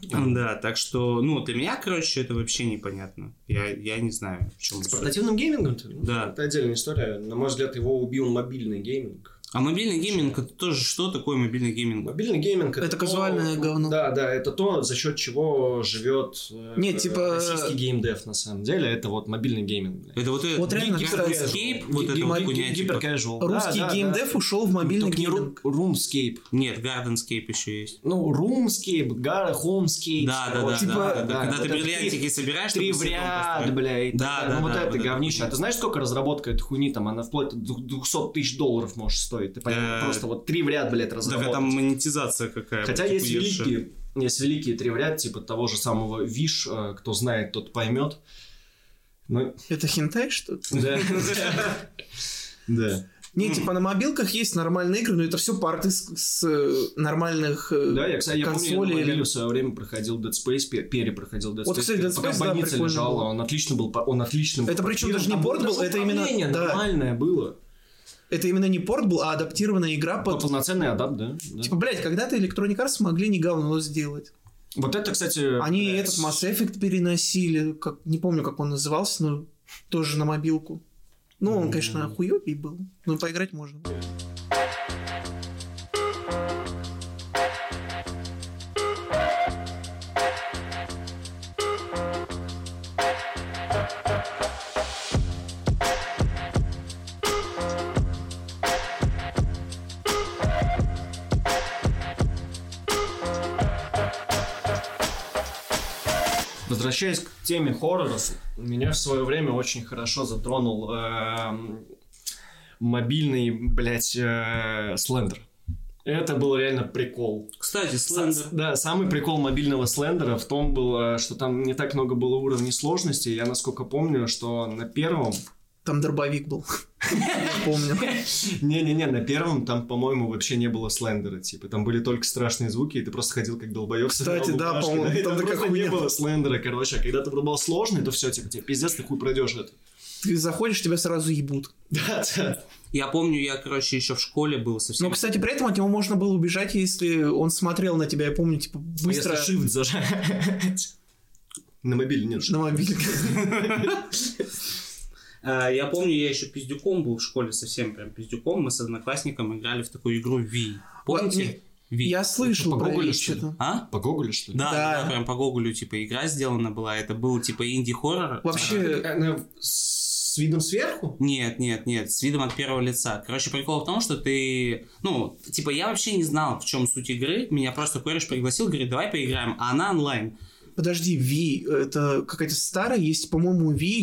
C: Да, так что, ну, для меня, короче, это вообще непонятно. Я, я не знаю, в чем
A: С портативным геймингом? ты? Ну,
C: Да.
A: Это отдельная история. На мой взгляд, его убил мобильный гейминг.
C: А мобильный гейминг это тоже что такое мобильный гейминг?
A: Мобильный гейминг
B: Это
A: то-
B: казуальное говно.
A: Да, да, это то, за счет чего живет э,
B: Нет, типа-
A: российский геймдев на самом деле. Это вот мобильный гейминг.
C: Это вот это
B: Вот реально, кстати,
C: гиперскейп, вот это вот хуйня, типа.
A: Гиперкэжуал.
B: Русский геймдев ушел в мобильный
A: Только не
B: гейминг.
A: румскейп.
C: Нет, гарденскейп еще есть.
A: Ну, румскейп, гара, хомскейп.
C: Да, да,
A: вот
C: да,
A: типа-
C: да, да, да. Когда
A: вот
C: ты
A: это
C: бриллиантики собираешь,
A: Три
C: чтобы
A: в
C: синдром
A: ряд,
C: построить.
A: бля, и так
C: Да,
A: далее.
C: да,
A: Ну, вот
C: да,
A: это
C: вот это
A: говнище. А ты
C: хуйня.
A: знаешь, сколько разработка этой хуйни там? Она вплоть до 200 тысяч долларов может стоить. Ты понимаешь?
C: Да.
A: Просто вот три в ряд, блядь,
C: Так а
A: разработать.
C: там э, монетизация типа, какая.
A: Хотя
C: вот,
A: есть
C: охуевшая.
A: великие, есть великие три в ряд, типа того же самого Виш, э, кто знает, тот поймет. Ну,
B: Это хентай, что ли?
A: да. Да.
B: Не,
C: М.
B: типа на мобилках есть нормальные игры, но это все парты с, с, э, нормальных э,
A: Да, я, кстати, я помню, я на
B: консолей.
A: мобиле в свое время проходил Dead Space, пе- перепроходил Dead Space.
B: Вот, кстати, Dead
A: пока
B: Space,
A: в
B: да,
A: больнице
B: прикольно
A: лежала,
B: было.
A: он отлично был, по- он отлично был.
B: Это причем даже не
A: портирован.
B: порт
A: Там
B: был, это
A: даже
B: именно-
A: управление
B: да.
A: нормальное было.
B: Это именно не порт был, а адаптированная игра под...
A: Полноценный адапт, да. да.
B: Типа, блядь, когда-то Electronic Arts могли не говно сделать.
A: Вот это, кстати...
B: Они
A: блядь,
B: этот Mass Effect переносили, как, не помню, как он назывался, но тоже на мобилку. Ну, он, конечно, хуёвый был, но поиграть можно.
A: Возвращаясь к теме хорроров, меня в свое время очень хорошо затронул эм, мобильный, блядь, э, слендер. Это был реально прикол.
C: Кстати,
A: С-
C: Слендер.
A: с- Да, самый прикол мобильного слендера в том был, э, что там не так много было уровней сложности. Я насколько помню, что на первом...
B: Там дробовик был. Я помню.
A: Не-не-не, на первом там, по-моему, вообще не было слендера. Типа, там были только страшные звуки, и ты просто ходил как долбоёб. собирал
B: Кстати, да,
A: бумажки,
B: по-моему,
A: и
B: там
A: там
B: такая
A: просто
B: хуйня.
A: не было слендера, короче. А когда ты пробовал сложный, то все, типа, тебе пиздец, ты хуй пройдешь это.
B: Ты заходишь, тебя сразу ебут.
A: Да, да.
C: Я помню, я, короче, еще в школе был
B: Но,
C: совсем.
B: кстати, при этом от него можно было убежать, если он смотрел на тебя, я помню, типа, быстро
A: А Если shift зажать. На мобиле нет
B: на
A: shift.
B: мобильке.
C: А, Я помню, я еще пиздюком был в школе совсем прям пиздюком. Мы с одноклассником играли в такую игру Wii. Помните? Wii.
B: Я слышал про
A: погуглишь,
B: это
A: что ли?
B: что-то.
C: А?
A: По Гоголю, что ли?
C: Да,
B: Да.
C: да, прям по Гоголю, типа, игра сделана была. Это был, типа, инди-хоррор.
B: Вообще,
A: Она с видом сверху?
C: Нет, нет, нет, с видом от первого лица. Короче, прикол в том, что ты... Ну, типа, я вообще не знал, в чем суть игры. Меня просто кореш пригласил, говорит, давай поиграем. А она онлайн.
B: Подожди, Ви, это какая-то старая есть, по-моему, Ви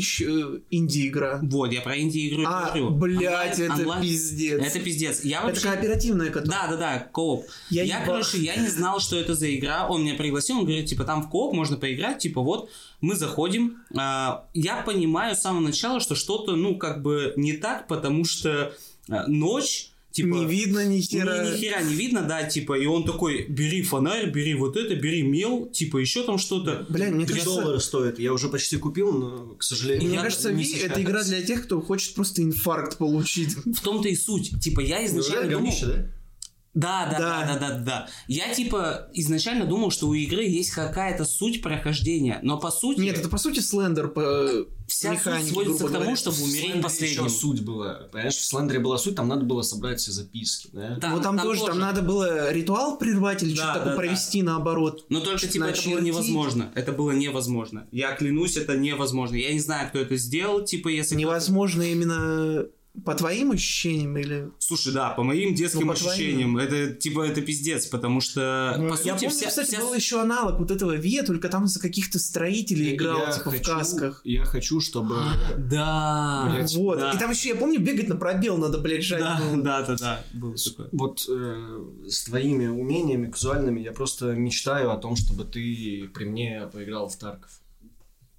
B: инди-игра.
C: Вот, я про инди-игру и
B: А,
C: говорю.
B: блядь,
C: Онлайн-
B: это
C: онлайн-
B: пиздец.
C: Это пиздец. Я
B: Это
C: вообще...
B: кооперативная, которая...
C: Да, да, да, кооп. Я,
B: Я ебал.
C: короче, я не знал, что это за игра. Он меня пригласил, он говорит, типа, там в кооп можно поиграть, типа, вот, мы заходим. А, я понимаю с самого начала, что что-то, ну, как бы не так, потому что а, ночь, типа...
B: Не видно ни
C: ни-
B: хера.
C: Ни, хера не видно, да, типа, и он такой, бери фонарь, бери вот это, бери мел, типа, еще там что-то.
B: Бля, мне
A: Три
B: кажется,
A: доллара стоит. Я уже почти купил, но, к сожалению,
B: мне
C: Я
B: кажется,
A: не ну,
B: Ви
A: сейчас.
B: это игра для тех, кто хочет просто инфаркт получить.
C: В том-то и суть. Типа, я
A: Ну,
C: изначально
A: реально
C: думал...
A: говнище, да?
C: Да, да, да,
B: Да.
C: да, да, да, да. Я типа изначально думал, что у игры есть какая-то суть прохождения, но по сути
B: Нет, это по сути слендер по э,
C: вся
B: механика,
C: суть сводится
B: грубо
C: к тому,
B: говоря.
C: чтобы
A: В
C: умереть
A: Слендере
C: последним.
A: ещё суть была. Понимаешь, в Слендере была суть, там надо было собрать все записки, да?
C: Да,
B: вот Ну, там, тоже, там надо было ритуал прервать или
C: Да,
B: что-то
C: да,
B: такое
C: да.
B: провести наоборот.
C: Но только типа это было
B: начертить.
C: невозможно. Это было невозможно. Я клянусь, это невозможно. Я не знаю, кто это сделал, типа если.
B: Невозможно именно по твоим ощущениям или...
C: Слушай, да, по моим детским
B: Ну, по твоим.
C: ощущениям, это типа это пиздец, потому что по сути
B: Я помню,
C: вся,
B: кстати,
C: вся-
B: был еще аналог вот этого Ве, только там за каких-то строителей играл,
A: Я
B: типа
A: хочу-
B: в касках. А.
A: Я хочу, чтобы...
C: Да.
A: Блядь,
B: вот.
C: да.
B: И там еще, я помню, бегать на пробел надо, блядь, жать. ну,
C: Да,
B: было.
C: да, да, да, было такое.
A: Вот э, с твоими умениями визуальными я просто мечтаю о том, чтобы ты при мне поиграл в Тарков.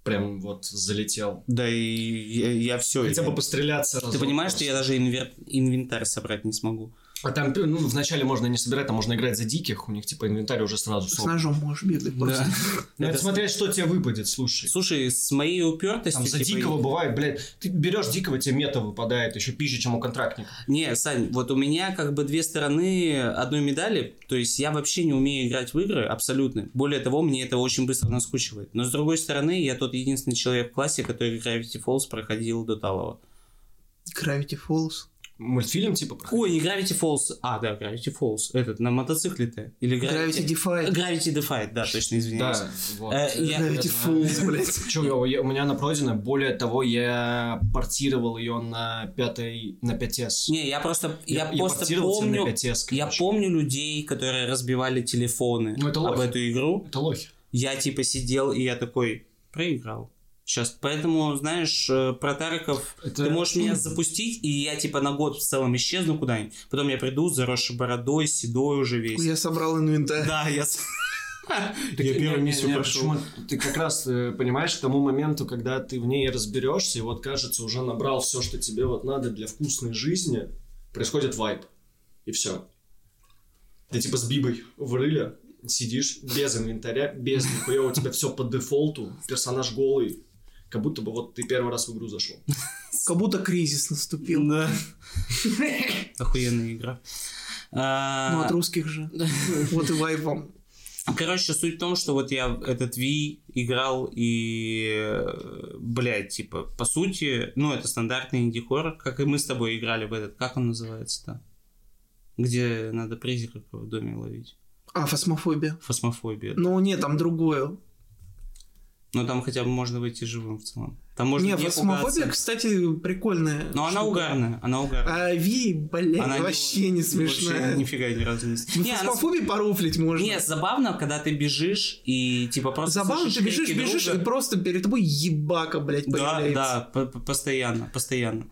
A: Прям вот залетел.
C: Да и я, все.
A: Хотя бы постреляться.
C: Ты понимаешь, что я даже инвер- инвентарь собрать не смогу.
A: А там, ну, вначале можно не собирать, там можно играть за диких, у них, типа, инвентарь уже сразу
B: С
A: собран.
B: ножом можешь бегать просто.
A: Ну, это
C: Это-
A: смотря, что тебе выпадет, слушай.
C: Слушай, с моей упертостью...
A: Там за
C: типа,
A: дикого бывает, блядь, ты берешь дикого, тебе мета выпадает еще пизже, чем у контрактника.
C: Не, Сань, вот у меня как бы две стороны одной медали. То есть я вообще не умею играть в игры абсолютно. Более того, мне это очень быстро наскучивает. Но с другой стороны, я тот единственный человек в классе, который Gravity Falls проходил до талого.
B: Gravity Falls.
A: Мультфильм, типа, проходил?
C: Ой, не Gravity Falls. А, да, Gravity Falls. Этот, на мотоцикле-то. Или
B: Gravity
C: Gravity...
B: Defy.
C: Gravity Defied, да, точно, извиняюсь.
A: Да, вот.
C: Э, я-
B: Gravity
A: знаю.
B: Falls, блядь.
A: Чё, я- я- у меня она пройдена. Более того, я портировал ее на пятой, на 5С.
C: Не, я просто, я, просто
A: портировал тебя
C: помню,
A: на 5С,
C: Я
A: короче.
C: помню людей, которые разбивали телефоны
A: Ну, это
C: об
A: лохи.
C: эту игру.
A: Это лохи.
C: Я типа сидел и я такой проиграл. Сейчас, поэтому, знаешь, э, про Тариков
A: Это-
C: ты можешь меня запустить, и я типа на год в целом исчезну куда-нибудь. Потом я приду с заросшей бородой, седой уже весь.
B: Я собрал инвентарь.
C: Да, я... с-
A: Так
C: Я
A: не-
C: первую
A: не-
C: миссию
A: не,
C: прошел.
A: почему? Ты как раз э, понимаешь к тому моменту, когда ты в ней разберешься, и вот, кажется, уже набрал все, что тебе вот надо для вкусной жизни, происходит вайп. И все. Ты типа с бибой в рыле сидишь без инвентаря, без нихуя, у тебя все по дефолту, персонаж голый, как будто бы вот ты первый раз в игру зашел.
C: Ну,
B: Как будто кризис наступил.
C: Да. Охуенная игра. А,
B: Ну, от русских же. Вот и вайп вам.
C: Короче, суть в том, что вот я в этот Wii играл и, блядь, типа, по сути, ну, это стандартный инди-хоррор, как и мы с тобой играли в этот, как он называется-то? Где надо призраков в доме ловить.
B: А, фосмофобия.
C: Фосмофобия.
B: Ну, нет, там другое.
C: Но там хотя бы можно выйти живым в целом. Там можно не,
B: Не, фосмофобия,
C: пугаться.
B: кстати, прикольная.
C: Но она
B: штука.
C: угарная, она угарная.
B: А Ви, блядь,
C: Она
B: вообще не
C: Вообще
B: смешная.
C: нифига ни разу не с-
B: Ну,
C: Не, она с-
B: фосмофобии поруфлить можно.
C: не, забавно, когда ты бежишь и типа просто...
B: Забавно, ты
C: слышишь
B: бежишь,
C: крики
B: бежишь,
C: друга.
B: и просто перед тобой ебака, блядь,
C: Да,
B: появляется.
C: да, по- по- постоянно, постоянно.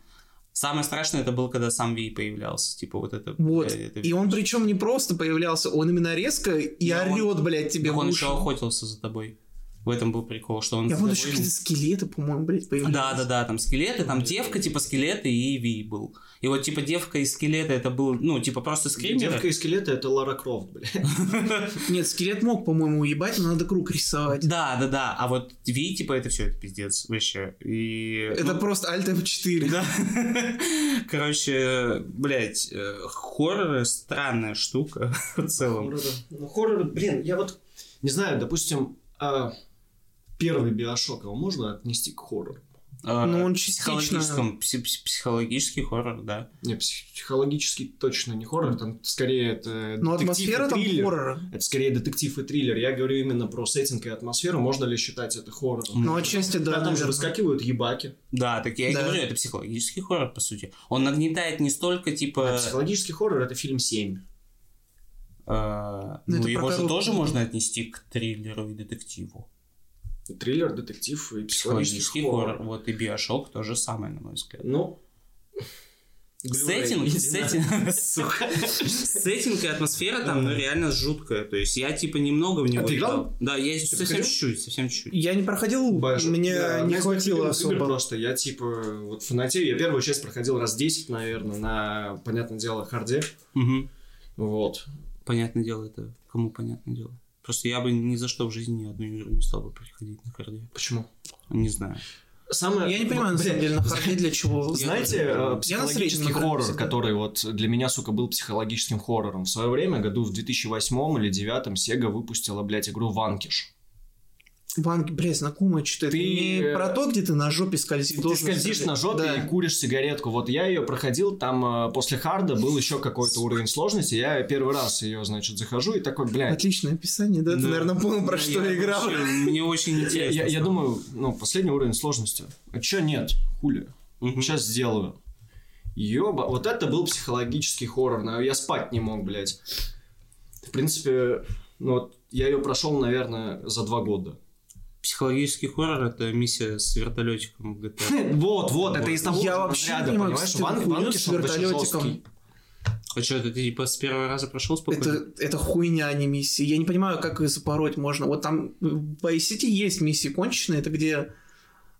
C: Самое страшное это было, когда сам Ви появлялся, типа вот это.
B: Вот.
C: э, это-
B: И он причем не просто появлялся, он именно резко и
C: Да, он-
B: орет, блядь, тебе
C: Так
B: в
C: он
B: уши.
C: еще охотился за тобой. В этом был прикол, что он.
B: Я
C: за
B: помню,
C: тобой-
B: что какие-то скелеты, по-моему, блядь, появлялись.
C: Да, да, да, там скелеты, там девка типа скелеты и Ви был. И вот типа девка и скелеты это был, ну типа просто
A: Девка
C: скример.
A: и скелеты это Лара Крофт, бля.
B: Нет, скелет мог, по-моему, уебать, но надо круг рисовать.
C: Да, да, да. А вот Ви типа это все это пиздец вообще. И
B: Это
C: ну,
B: просто Alt F4.
C: Да. Короче, блядь, э, хорроры странная штука в целом.
A: Хорроры. Ну, хорроры, блин, я вот не знаю, допустим, а, первый биошок его можно отнести к хоррору?
C: А,
B: Ну, он
C: психологическом, пси- пси- психологический хоррор, да.
A: Не, психологически точно не хоррор, там скорее это
B: Но
A: детектив
B: атмосфера
A: и
B: там
A: триллер.
B: хоррора.
A: Это скорее детектив и триллер. Я говорю именно про сеттинг и атмосферу. Можно ли считать это хоррором?
B: Ну, отчасти, да,
A: Когда там же
B: наверное.
A: выскакивают ебаки.
C: Да, так я и
B: Да.
C: говорю, это психологический хоррор, по сути. Он нагнетает не столько,
A: А
C: типа...
A: психологический хоррор это фильм 7.
C: э,
B: Ну,
C: ну,
B: это про
C: э, его же
A: Ну,
B: корову.
C: тоже можно отнести к триллеру и детективу.
A: Триллер, детектив и психологический хоррор.
C: Вот и Биошок то же самое, на мой взгляд.
A: Ну,
C: Сеттинг,
A: Blu-ray,
C: сеттинг, сука. Сеттинг и атмосфера там, ну, реально жуткая. То есть я, типа, немного в него
A: А ты играл?
C: Да, я совсем
A: проходил?
C: чуть-чуть, совсем чуть-чуть.
B: Я не проходил,
A: Бэш.
B: мне
A: Да, Ну,
B: не
A: одна из моих
B: хватило
A: любимых игр
B: особо.
A: Просто я типа вот фанатею. Я первую часть проходил раз 10, наверное, на, понятное дело, харде.
C: Мгм.
A: Вот.
C: Понятное дело, это кому понятное дело. Просто я бы ни за что в жизни ни одну игру не стал бы приходить на карде.
A: Почему?
C: Не знаю.
A: Самое...
B: Я не понимаю, на
A: Блин,
B: самом деле, на харде для чего.
A: Знаете,
C: Я тоже.
A: э, психологический
B: среднем играю
A: хоррор,
B: всегда.
A: который вот для меня, сука, был психологическим хоррором. В свое время, году в 2008 или 2009, Sega выпустила, блядь, игру Ванкиш.
B: Банки, блядь, знакомая что-то.
A: Ты,
B: Ты
A: э,
B: не про то, где ты на жопе скользишь.
A: Ты
B: должен
A: скользишь
B: скользить.
A: на жопе
B: Да.
A: и куришь сигаретку. Вот я ее проходил, там э, после харда был еще какой-то уровень сложности. Я первый раз ее, значит, захожу и такой, блядь,
B: Отличное описание, да? Ты,
C: Да.
B: наверное, понял, про
C: Ну, Я
B: что я
C: вообще-
B: играл.
C: Мне очень
A: Я,
C: интересно.
A: я- я думаю, ну, последний уровень сложности. А чё нет? Хули.
C: Мгм.
A: Сейчас сделаю. Ёба. Вот это был психологический хоррор. но Я спать не мог, блядь. В принципе, ну вот я ее прошел, наверное, за два года.
C: Психологический хоррор это миссия с вертолетиком в GTA.
A: Вот, вот, это из того
B: Я
A: же
B: вообще не
A: разряда,
B: понимаю,
A: понимаешь?
B: кстати,
A: Ван-
B: хуйню
A: Ванкиш,
B: с
A: он вообще
B: вертолетиком.
A: жёсткий.
C: А что, это ты типа с первого раза прошел спокойно?
B: Это, это хуйня, а не миссии. Я не понимаю, как ее запороть можно. Вот там в Vice City есть миссии конченые, это где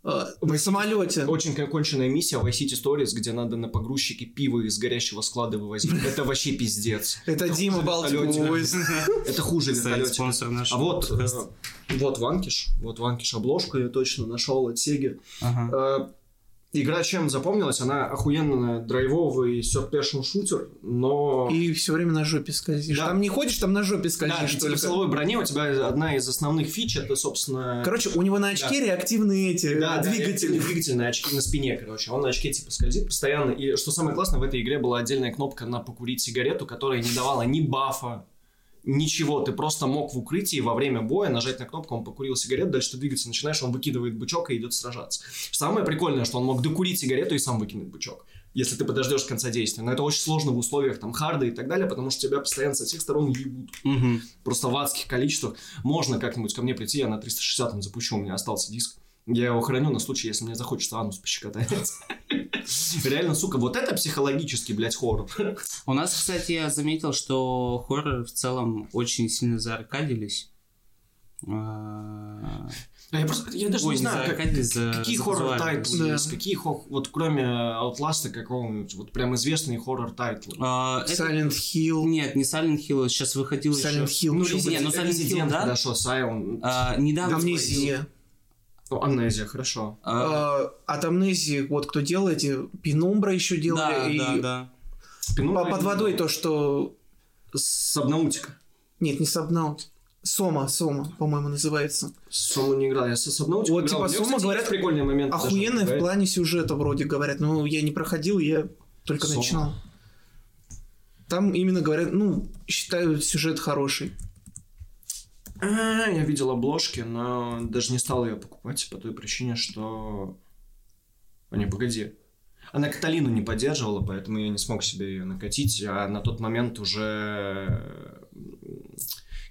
B: э, на самолете.
A: Очень кон- конченная миссия в Vice City Stories, где надо на погрузчике пиво из горящего склада вывозить. Это вообще пиздец.
B: Это
A: хуже
B: Дима
A: вертолётика.
B: Балтикуис.
A: Это хуже
C: Кстати,
A: вертолетика.
C: спонсор
A: А
C: нашего
A: вот, э,
C: подкаста.
A: вот Ванкиш, вот Ванкиш обложку я точно нашел от Сеги.
C: Ага.
A: Э, игра чем запомнилась? Она охуенно драйвовый серпешн шутер, но...
B: И все время на жопе скользишь.
A: Да.
B: Там не ходишь, там на жопе
A: Да,
B: скользишь.
A: ведь
B: только.
A: в силовой броне у тебя одна из основных фич, это, собственно...
B: Короче, у него на очке реактивные эти
A: Да, да,
B: двигатели.
A: реактивный двигатель на, очке- на спине, короче. Он на очке типа скользит постоянно. И что самое классное, в этой игре была отдельная кнопка на покурить сигарету, которая не давала ни бафа, ничего. Ты просто мог в укрытии во время боя нажать на кнопку, он покурил сигарету, дальше ты двигаться начинаешь, он выкидывает бычок и идет сражаться. Самое прикольное, что он мог докурить сигарету и сам выкинуть бычок если ты подождешь конца действия. Но это очень сложно в условиях там харда и так далее, потому что тебя постоянно со всех сторон ебут.
C: Мгм.
A: Просто в адских количествах. Можно как-нибудь ко мне прийти, я на 360 запущу, у меня остался диск. Я его храню на случай, если мне захочется анус пощекотать. Реально, сука, вот это психологический, блядь, хоррор.
C: У нас, кстати, я заметил, что хорроры в целом очень сильно зааркадились. А,
A: А Я просто, я даже
C: ой,
A: не знаю, как-
C: зааркадились, э, за-
A: какие хоррор-тайтлы
C: забазарились.
B: Да.
A: есть, какие, хо- вот кроме Outlast какого-нибудь, вот прям известные хоррор-тайтлы.
C: А, это-
B: Silent Hill.
C: Нет, не Silent Hill, сейчас выходил
B: Silent
C: еще...
B: Hill.
C: Ну,
B: чё
C: Resident-
B: вы-
C: не, ну, Silent Hill,
A: Resident
C: да.
A: Хорошо, Silent...
C: А, недавно...
B: Амнезия.
A: Ну, Амнезия, хорошо.
C: А,
B: А, От Амнезии, вот кто делал эти, Пенумбра еще
C: да,
B: делали. и
C: да, да.
B: по-
A: Спинура-
B: Под водой то, что...
A: Ну, С Сабнаутика.
B: Нет, не Сабнау. Сома, Сома, по-моему, называется.
A: С Сому не играл, я со Сабнаутика
B: Вот,
A: играл.
B: типа,
A: У неё,
B: Сома,
A: кстати,
B: говорят,
A: есть прикольный момент. даже,
B: Охуенная в
A: бывает.
B: плане сюжета вроде говорят. Ну, я не проходил, я только
A: Сома.
B: начинал. Там именно говорят, ну, считаю сюжет хороший.
A: А, Я видел обложки, но даже не стал ее покупать по той причине, что... А не, погоди. Она Каталину не поддерживала, поэтому я не смог себе ее накатить, а на тот момент уже... м,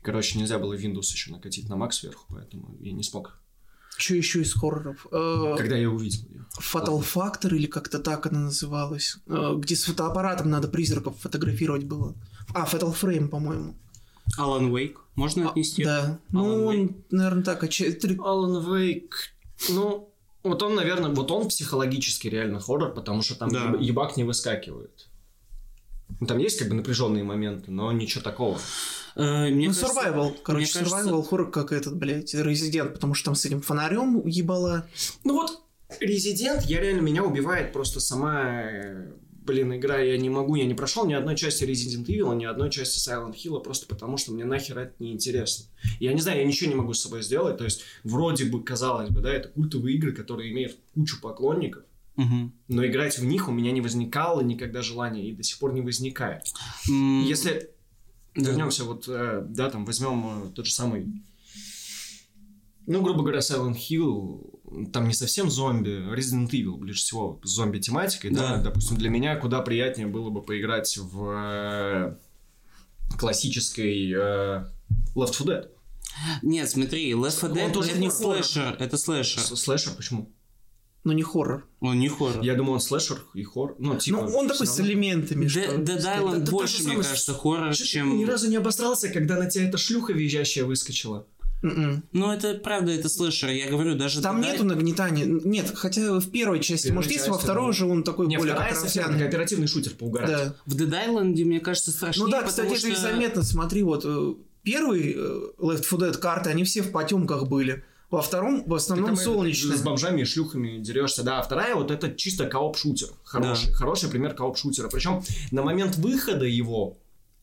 A: Короче, нельзя было Windows еще накатить на Mac сверху, поэтому я не смог.
B: Что еще из хорроров? Э,
A: Когда я увидел ее.
B: Fatal Factor или как-то так она называлась, э, где с фотоаппаратом надо призраков фотографировать было. А, Fatal Frame, по-моему.
C: Алан Уэйк. Можно
B: А,
C: отнести?
B: да. Ну,
C: Alan
B: он, наверное, так. оче- три-
A: Алан Вейк, ну, вот он, наверное, вот он психологически реально хоррор, потому что там
C: Да.
A: еб- ебак не выскакивает. Ну, Там есть как бы напряженные моменты, но ничего такого.
C: Э, мне
B: Ну,
C: кажется-
B: survival, короче,
C: мне кажется-
B: survival хоррор, как этот, блядь, резидент, потому что там с этим фонарем ебала.
A: Ну вот, Резидент, я реально, меня убивает просто сама, э, блин, игра, я не могу, я не прошел ни одной части Resident Evil, ни одной части Silent Hill, просто потому что мне нахер это неинтересно. Я не знаю, я ничего не могу с собой сделать, то есть вроде бы, казалось бы, да, это культовые игры, которые имеют кучу поклонников,
C: Мгм.
A: но играть в них у меня не возникало никогда желания и до сих пор не возникает.
C: М,
A: Если
C: да.
A: вернемся вот, э, да, там возьмем э, тот же самый, ну, грубо говоря, Silent Hill, там не совсем зомби, Resident Evil ближе всего с зомби-тематикой, да.
C: Да.
A: допустим, для меня куда приятнее было бы поиграть в э, классической э, Left 4 Dead.
C: Нет, смотри, Left 4 Dead
A: Он тоже
C: это
A: не
C: не
A: хоррор.
C: слэшер, это слэшер.
A: С- Слэшер почему?
B: но не хоррор.
C: Он не хоррор.
A: Я думал, он слэшер и хор. Ну, типа...
B: ну, он такой
A: всё
B: с
A: равно.
B: элементами.
C: Д-
B: что-
C: Dead
B: что-
C: Island
A: это
C: больше,
A: же
C: мне
A: самое,
C: кажется, хоррор,
A: Чё ты Ни
C: чем...
A: разу не обосрался, когда на тебя эта шлюха визжащая выскочила.
B: Мгм.
C: Ну, это правда, это слэшер. Я говорю, даже...
B: М-м. Там
C: Dead
B: нету нагнетания. Нет, хотя в первой части,
A: Первой
B: может, есть, во
A: части,
B: второй
A: да.
B: же он такой
A: Не,
B: более
A: вторая
B: как
A: совсем
B: рафляный.
A: оперативный шутер поугарать.
B: Да.
C: В Dead Island, мне кажется, страшнее,
B: Ну да,
C: потому
B: кстати, это и
C: что-
B: заметно. Смотри, вот э, первый э, Left 4 Dead карты, они все в потемках были. Во втором в
A: Ты
B: основном
A: там и
B: солнечные.
A: С бомжами и шлюхами дерешься, да. А вторая вот это чисто кооп-шутер. Хороший, хороший пример кооп-шутера. Причем на момент выхода его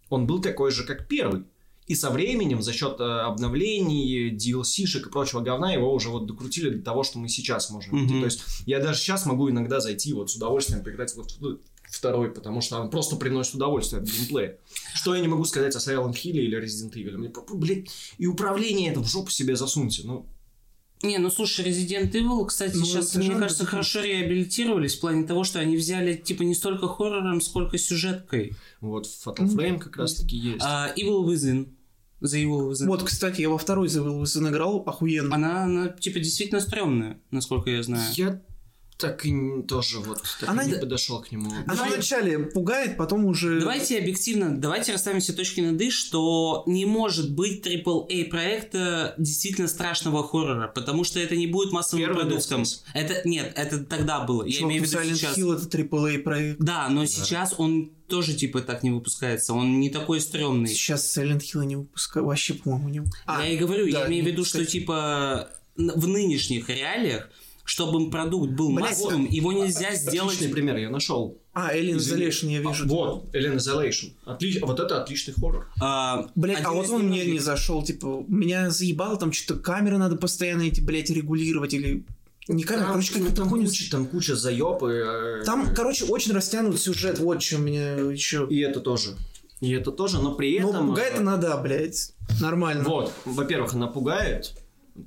A: он был такой же, как первый. И со временем, за счет э, обновлений, DLC-шек и прочего говна, его уже вот докрутили до того, что мы сейчас можем
C: Мгм.
A: видеть. То есть я даже сейчас могу иногда зайти вот с удовольствием поиграть в Left 4 Dead второй, потому что он просто приносит удовольствие от геймплея. Что я не могу сказать о Silent Hill или Resident Evil. Мне, про- блядь, и управление это в жопу себе засуньте. Ну,
C: Не, ну слушай, Resident Evil, кстати,
B: Ну,
C: сейчас,
B: это
C: мне
B: жанр,
C: кажется,
B: это
C: хорошо реабилитировались в плане того, что они взяли, типа, не столько хоррором, сколько сюжеткой.
A: Вот в Fatal Frame как раз таки есть.
C: А, Evil Within. За Evil Within.
B: Вот, кстати, я во второй The Evil Within играл, охуенно.
C: Она, она, типа, действительно стрёмная, насколько я знаю.
A: Я так и не- тоже вот так и
B: Она
A: не
B: д-
A: подошел к нему.
B: Она
C: Давай-
B: вначале пугает, потом уже...
C: Давайте объективно, давайте расставим все точки над «и», что не может быть AAA проекта действительно страшного хоррора, потому что это не будет массовым
A: Первый
C: продуктом.
A: Dead Space.
C: Это, нет, это тогда было. Я
B: Чувак,
C: имею в виду
B: Silent
C: сейчас.
B: Hill это AAA проект.
C: Да, но сейчас он тоже, типа, так не выпускается. Он не такой стрёмный.
B: Сейчас Silent Hill не выпускают, вообще, по-моему, не выпускают. А,
C: я и говорю,
B: да,
C: я имею в виду, что,
B: кстати.
C: типа, н- в нынешних реалиях, чтобы продукт был
B: Блядь,
C: массовым, его нельзя сделать...
A: Отличный пример я нашел.
B: а, Alien
A: Извини.
B: Isolation я вижу.
A: А, вот, Alien Isolation. Отли- Вот это отличный хоррор.
C: а,
B: Блять, а
C: один
B: вот
C: из
B: он мне
C: немногих.
B: не зашел, типа, меня заебало, там что-то камеры надо постоянно эти, блядь, регулировать, или... Не камеры, короче,
A: там,
B: как
A: там
B: хуйню...
A: куча, там куча заёб и, э,
B: Там, короче, очень растянут сюжет, вот чем меня еще...
A: и это тоже. И это тоже, но при
B: Ну,
A: этом...
B: пугает
A: э,
B: она, да, блядь, нормально.
A: Вот, во-первых, она пугает.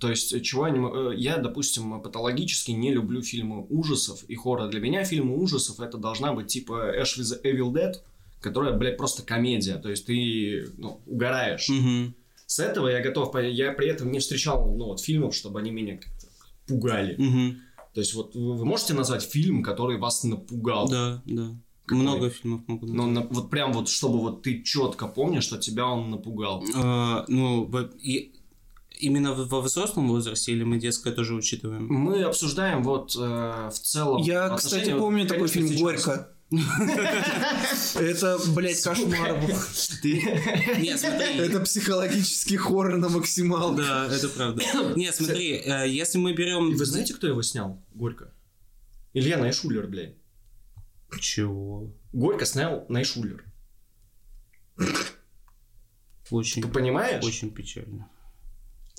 A: То есть, э, чего я, не мо- э, я, допустим, патологически не люблю фильмы ужасов и хоррор. Для меня фильмы ужасов это должна быть типа Ash with the Evil Dead, которая, блядь, просто комедия. То есть ты ну, угораешь.
C: Мгм.
A: С этого я готов. понять. Я при этом не встречал ну, вот, фильмов, чтобы они меня как-то пугали.
C: Мгм.
A: То есть, вот вы вы можете назвать фильм, который вас напугал?
C: Да, да.
A: Какой? Ну,
C: Много фильмов могу
A: Но на- вот прям вот, чтобы вот ты четко помнишь, что тебя он напугал.
C: А, ну, во- и- именно в- во взрослом возрасте или мы детское тоже учитываем?
A: Мы обсуждаем вот э, в целом.
B: Я,
A: отношения,
B: кстати,
A: вот,
B: помню такой
A: конечно,
B: фильм
A: сейчас.
B: «Горько». Это, блядь, кошмаров.
A: Ты-
C: Нет, смотри.
B: Это психологический хоррор на максимал.
C: Да, это правда. Нет, смотри, э, если мы берем...
A: Вы знаете, кто его снял? Горько. Илья Найшулер, блядь.
C: Чего?
A: Горько снял Найшулер.
C: Очень,
A: Ты понимаешь?
C: очень печально.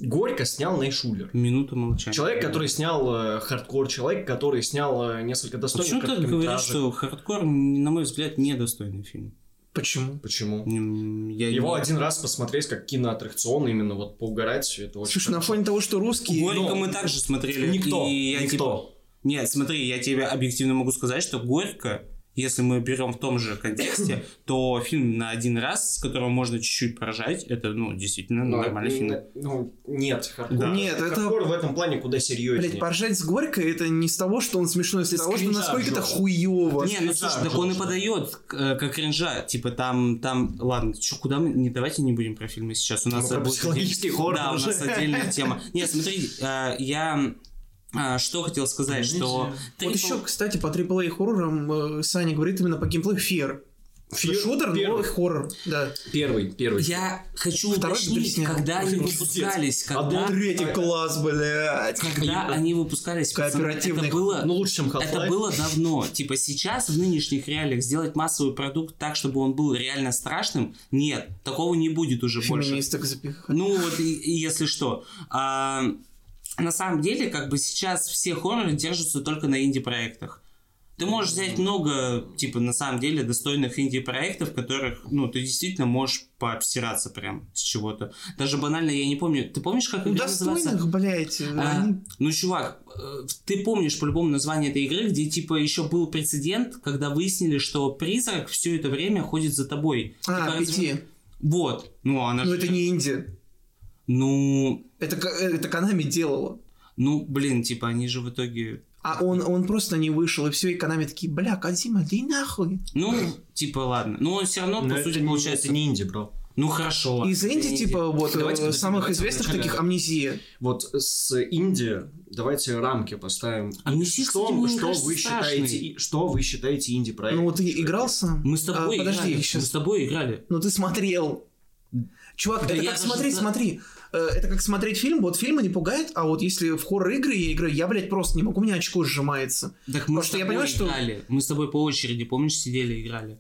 A: Горько снял Найшулер.
C: Минута молчания.
A: Человек, который снял э, хардкор, человек, который снял э, несколько достойных
C: Почему ты говоришь,
A: короткометражек.
C: что хардкор, на мой взгляд, недостойный фильм?
B: Почему?
A: Почему?
C: М, Ну, Я
A: Его
C: не-
A: один раз посмотреть как киноаттракцион, именно вот поугарать, это очень...
B: Слушай, на
A: хорошо.
B: фоне того, что русские...
C: Горько
A: но-
C: мы также смотрели.
A: Никто,
C: и я,
A: никто.
C: типа, Нет, смотри, я тебе объективно могу сказать, что горько, если мы берем в том же контексте, то фильм на один раз, с которого можно чуть-чуть поражать, это, ну, действительно
A: Ну,
C: нормальный
A: э,
C: фильм.
A: Ну, нет, хардкор.
C: Да.
B: Нет, это-
A: Хардкор в этом плане куда серьезнее.
B: Блять, поржать с горько это не с того, что он смешной, а с
A: Ты
B: того, что
A: скринжа
B: насколько это
A: жжёшь.
B: хуево.
C: Не, ну слушай,
A: Да,
C: так он и
A: жестко.
C: подает, э, как кринжа. Типа там, там, ладно, чё, куда мы, не, давайте не будем про фильмы сейчас. У нас
A: Ну, про
C: будет отдельный-
A: психологический хоррор
C: Да, у
A: уже.
C: нас отдельная тема. Нет, смотри, э, я э, что хотел сказать, что...
B: Вот
C: Triple-
B: еще, кстати, по AAA хоррорам э, Саня говорит именно по геймплею фер.
A: Фер-
B: Шутер, но
A: первый.
B: хоррор, да.
A: Первый, первый.
C: Я хочу
B: Второй
C: уточнить,
B: Близнец.
C: когда они
A: Близнец.
C: выпускались,
A: Одно
C: когда...
B: Третий класс, блядь.
C: А? Когда они выпускались, пацаны,
B: Кооперативный
C: это было,
A: Ну, лучше, чем Half-Life.
C: это было давно. Типа сейчас в нынешних реалиях сделать массовый продукт так, чтобы он был реально страшным, нет, такого не будет уже больше.
B: Феминисток запихать.
C: Ну вот и- и если что. А, на самом деле, как бы сейчас все хорроры держатся только на инди-проектах. Ты можешь взять много, типа, на самом деле, достойных инди-проектов, которых, ну, ты действительно можешь пообсираться прям с чего-то. Даже банально, я не помню. Ты помнишь, как
B: Ну,
C: игра называется?
B: достойных, блядь.
C: А,
B: они-
C: ну, чувак, э, ты помнишь по-любому название этой игры, где типа еще был прецедент, когда выяснили, что призрак все это время ходит за тобой.
B: А,
C: Типа,
B: пяти.
C: разв- Вот. Ну, она
B: Ну
C: же-
B: это не инди.
C: Ну,
B: Это, Ка- э, это Канами делала.
C: ну, блин, типа, они же в итоге...
B: А он, он просто не вышел, и все, и Канами такие, бля, Кадзима, иди нахуй.
C: Ну, типа, ладно. Ну, он все равно,
A: Но
C: по
A: это
C: сути,
A: не-
C: получается...
A: это не инди, бро.
C: Ну, хорошо, ладно.
B: Из Инди,
C: извините.
B: типа, вот,
A: Давайте
B: э,
A: подождем,
B: самых
A: давайте
B: известных
A: вначале-
B: таких, амнезия.
A: Вот с Инди давайте рамки поставим.
C: А мне все,
A: что
C: кстати, мне не
A: что
C: кажется
A: вы
C: страшной.
A: считаете, и- что вы считаете инди проектом?
B: Ну, вот ты
A: Что
B: играл
A: это?
B: сам?
C: Мы с тобой
B: А, подожди,
C: играли.
B: щас.
C: Мы с тобой играли.
B: Ну, ты смотрел. Чувак,
C: Да
B: это
C: я
B: как
C: даже
B: смотреть,
C: знаю.
B: смотри. Э, Это как смотреть фильм, вот фильмы не пугает, а вот если в хоррор-игры я играю, я, блядь, просто не могу, у меня очко сжимается.
C: Так мы
B: Потому
C: с
B: что я
C: тобой
B: понимаю, что-
C: играли. Мы с тобой по очереди, помнишь, сидели играли.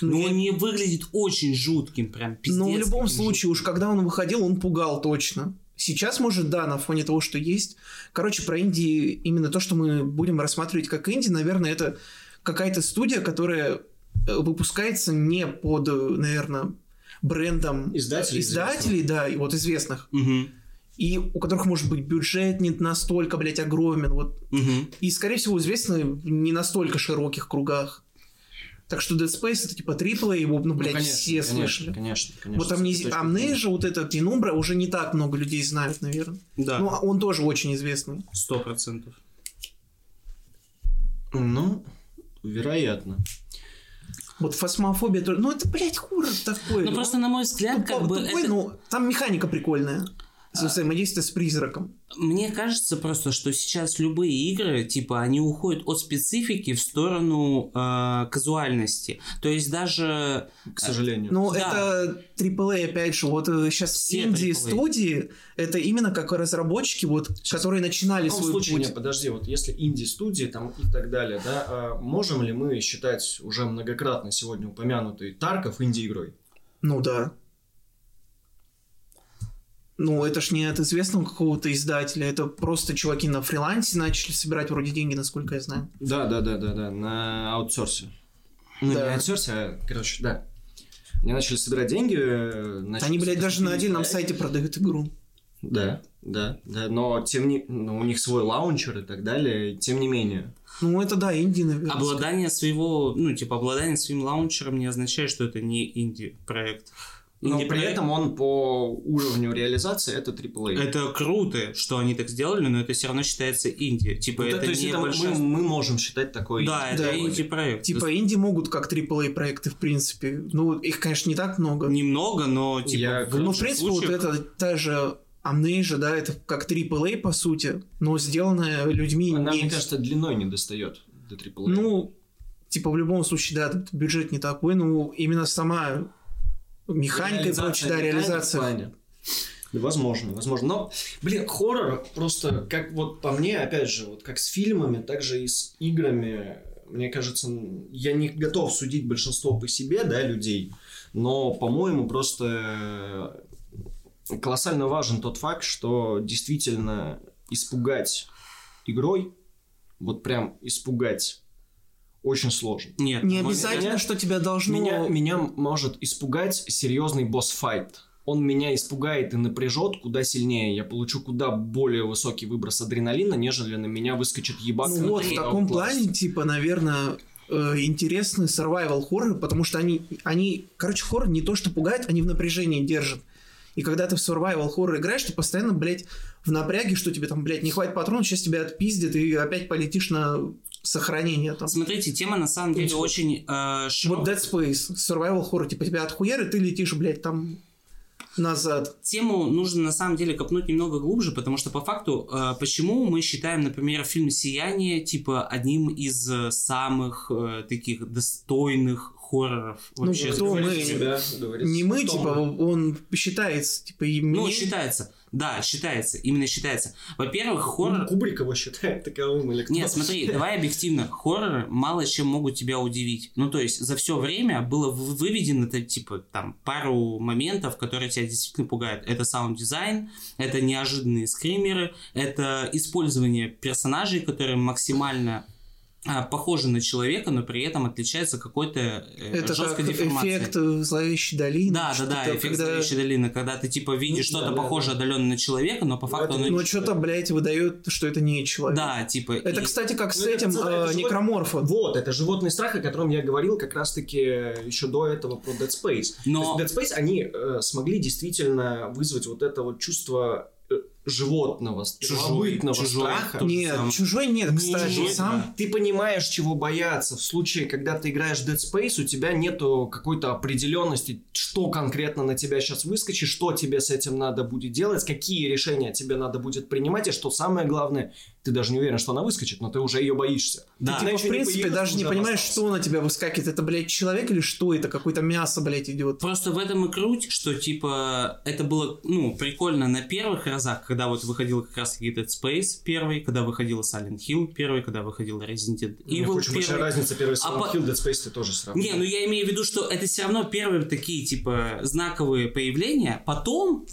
C: Но
B: Ну, я-
C: Ну, он не выглядит очень жутким, прям пиздец.
B: Но Ну, в любом
C: каким
B: случае, уж когда он выходил, он пугал точно. Сейчас, может, да, на фоне того, что есть. Короче, про Индии, именно то, что мы будем рассматривать как Инди, наверное, это какая-то студия, которая э, выпускается не под, э, наверное, брендом
A: Издателей
B: издателей, да, и вот известных,
C: жутким.
B: и у которых, может быть, бюджет не настолько, блядь, огромен, вот.
C: Мгм. Мгм.
B: И, скорее всего, известны в не настолько широких кругах. Так что Dead Space это типа триплы, его, ну,
A: Ну,
B: блядь,
A: конечно,
B: все
A: конечно,
B: слышали.
A: Конечно, конечно.
B: Вот
A: с этой
B: амнез...
A: точки
B: Амнезия, вот эта пенумбра, уже не так много людей знают, наверное.
C: Да,
B: Ну, а он тоже очень известный.
C: сто процентов.
A: зрения. Ну, вероятно.
B: Вот фосмофобия тоже. Ну, это, блядь, хоррор такой.
C: Ну, просто, на мой взгляд, как
B: Тупо-
C: бы...
B: тупой, ну.
C: это- А.
B: но там механика прикольная. Со Взаимодействие с призраком.
C: Мне кажется просто, что сейчас любые игры, типа, они уходят от специфики в сторону э, казуальности. То есть даже...
A: К сожалению.
B: Но
C: Да.
B: это AAA, опять же, вот э, сейчас
C: Все
B: инди-студии, это именно как разработчики, вот, которые начинали
A: в любом
B: свой
A: случае,
B: путь.
A: нет, подожди, вот если инди-студии там и так далее, да, а можем ли мы считать уже многократно сегодня упомянутый Тарков инди-игрой?
B: Ну да. Ну, это ж не от известного какого-то издателя, это просто чуваки на фрилансе начали собирать вроде деньги, насколько я знаю.
A: Да, да, да, да, да, на аутсорсе. Ну,
B: Да.
A: не аутсорсе, а, короче, да. Они начали собирать деньги. э, начали
B: Они, блядь, даже на
A: запустили
B: отдельном
A: проект.
B: сайте продают игру.
A: Да, да, да, но тем не... ну, у них свой лаунчер и так далее, и тем не менее.
B: Ну, это да, инди,
A: А
B: наверное.
C: Обладание своего... Ну, типа, обладание своим лаунчером не означает, что это не инди-проект.
A: Но при
C: Инди-проект-
A: этом он по уровню реализации это AAA.
C: Это круто, что они так сделали, но это все равно считается инди. Типа,
A: Ну, да,
C: это
A: то есть
C: не
A: это мы,
C: большинство-
A: мы можем считать такой...
C: Да, это
B: Да.
C: инди-проект.
B: Типа
A: ну,
B: инди могут как AAA проекты, в принципе. Ну, их, конечно, не так много.
C: Немного, но, типа,
A: Я-
C: в
A: ну,
B: ну, в
C: лучших
B: принципе, вот
C: случаях-
B: это та же Amnesia, да, это как AAA, по сути, но сделанная людьми
A: Она,
B: не-
A: мне кажется, длиной не достает до AAA.
B: Ну, типа, в любом случае, да, тут бюджет не такой, но именно сама механика и
A: Реализация
B: прочее, да,
A: не тает в
B: реализация.
A: плане. Да, возможно, возможно. Но, блин, хоррор просто, как вот по мне, опять же, вот как с фильмами, так же и с играми, мне кажется, м, я не готов судить большинство по себе, да, людей, но, по-моему, просто э, колоссально важен тот факт, что действительно испугать игрой, вот прям испугать, очень сложно.
C: Нет,
B: Не
C: на мой
B: обязательно,
A: меня-
B: что тебя должно... ну,
A: Меня, меня может испугать серьезный босс-файт. Он меня испугает и напряжет куда сильнее. Я получу куда более высокий выброс адреналина, нежели на меня выскочит ебак.
B: Ну вот, в таком плане, типа, наверное, э, интересны survival хорроры, потому что они, они, короче, хоррор не то, что пугает, они в напряжении держат. И когда ты в survival хоррор играешь, ты постоянно, блядь, в напряге, что тебе там, блядь, не хватит патронов, сейчас тебя отпиздят, и опять полетишь на сохранение там.
C: Смотрите, тема на самом деле очень э,
B: Вот
C: широкая.
B: Dead Space, survival horror, типа тебя отхуярят, ты летишь, блядь, там назад.
C: Тему нужно на самом деле копнуть немного глубже, потому что по факту, э, почему мы считаем, например, фильм «Сияние» типа одним из э, самых э, таких достойных хорроров
B: Ну,
C: вообще?
B: кто мы? Не мы, типа, он считается, типа, и
C: Ну,
B: мне-
C: считается. Да, считается. Именно считается. Во-первых, хоррор...
A: Кубрик его считает таковым или кто?
C: Нет, смотри, давай объективно. Хорроры мало чем могут тебя удивить. Ну, то есть, за все время было вы- выведено, это, типа, там, пару моментов, которые тебя действительно пугают. Это саунд-дизайн, это неожиданные скримеры, это использование персонажей, которые максимально а, похожи на человека, но при этом отличается какой-то э,
B: Это как
C: жесткой деформацией.
B: эффект э, зловещей долины.
C: Да, да,
B: что-то,
C: да, эффект
B: когда-
C: зловещей долины, когда ты типа видишь
A: Ну, да,
C: что-то
A: да,
C: похожее
A: да.
C: отдаленно на человека, но по
A: Ну,
C: факту
A: это-
C: оно не
B: Ну, что-то, блядь, выдает, что это не человек.
C: Да, типа.
B: Это,
C: и-
B: кстати, как с
A: Ну, это
B: этим
A: в целом, это
B: э,
A: же вот-
B: некроморфом.
A: Вот, это животный страх, о котором я говорил как раз-таки еще до этого про Dead Space.
C: Но
A: То есть Dead Space, они э, смогли действительно вызвать вот это вот чувство э, животного,
C: Чужой,
A: первобытного
C: чужой,
A: страха.
C: то же
B: Нет,
C: самое.
B: чужой нет,
A: Не,
B: кстати.
A: чужой,
B: сам
A: Ты понимаешь, чего бояться. В случае, когда ты играешь в Dead Space, у тебя нету какой-то определенности, что конкретно на тебя сейчас выскочит, что тебе с этим надо будет делать, какие решения тебе надо будет принимать, и что самое главное, ты даже не уверен, что она выскочит, но ты уже ее боишься.
C: Да.
A: Ты,
B: типа,
A: типа,
B: в принципе,
A: появилась,
B: даже не
A: уже
B: понимаешь,
A: осталась.
B: что на тебя выскакивает. Это, блядь, человек или что? Это какое-то мясо, блядь, идет.
C: Просто в этом и круть, что типа это было, ну, прикольно на первых разах, когда вот выходил как раз таки Dead Space первый, когда выходил Silent Hill первый, когда выходил Resident Evil
A: Мне очень большая
C: первый.
A: разница, первый
C: А
A: Silent
C: по-
A: Hill, Dead Space ты тоже сравнил.
C: Не, ну я имею в виду, что это все равно первые такие, типа, знаковые появления. Потом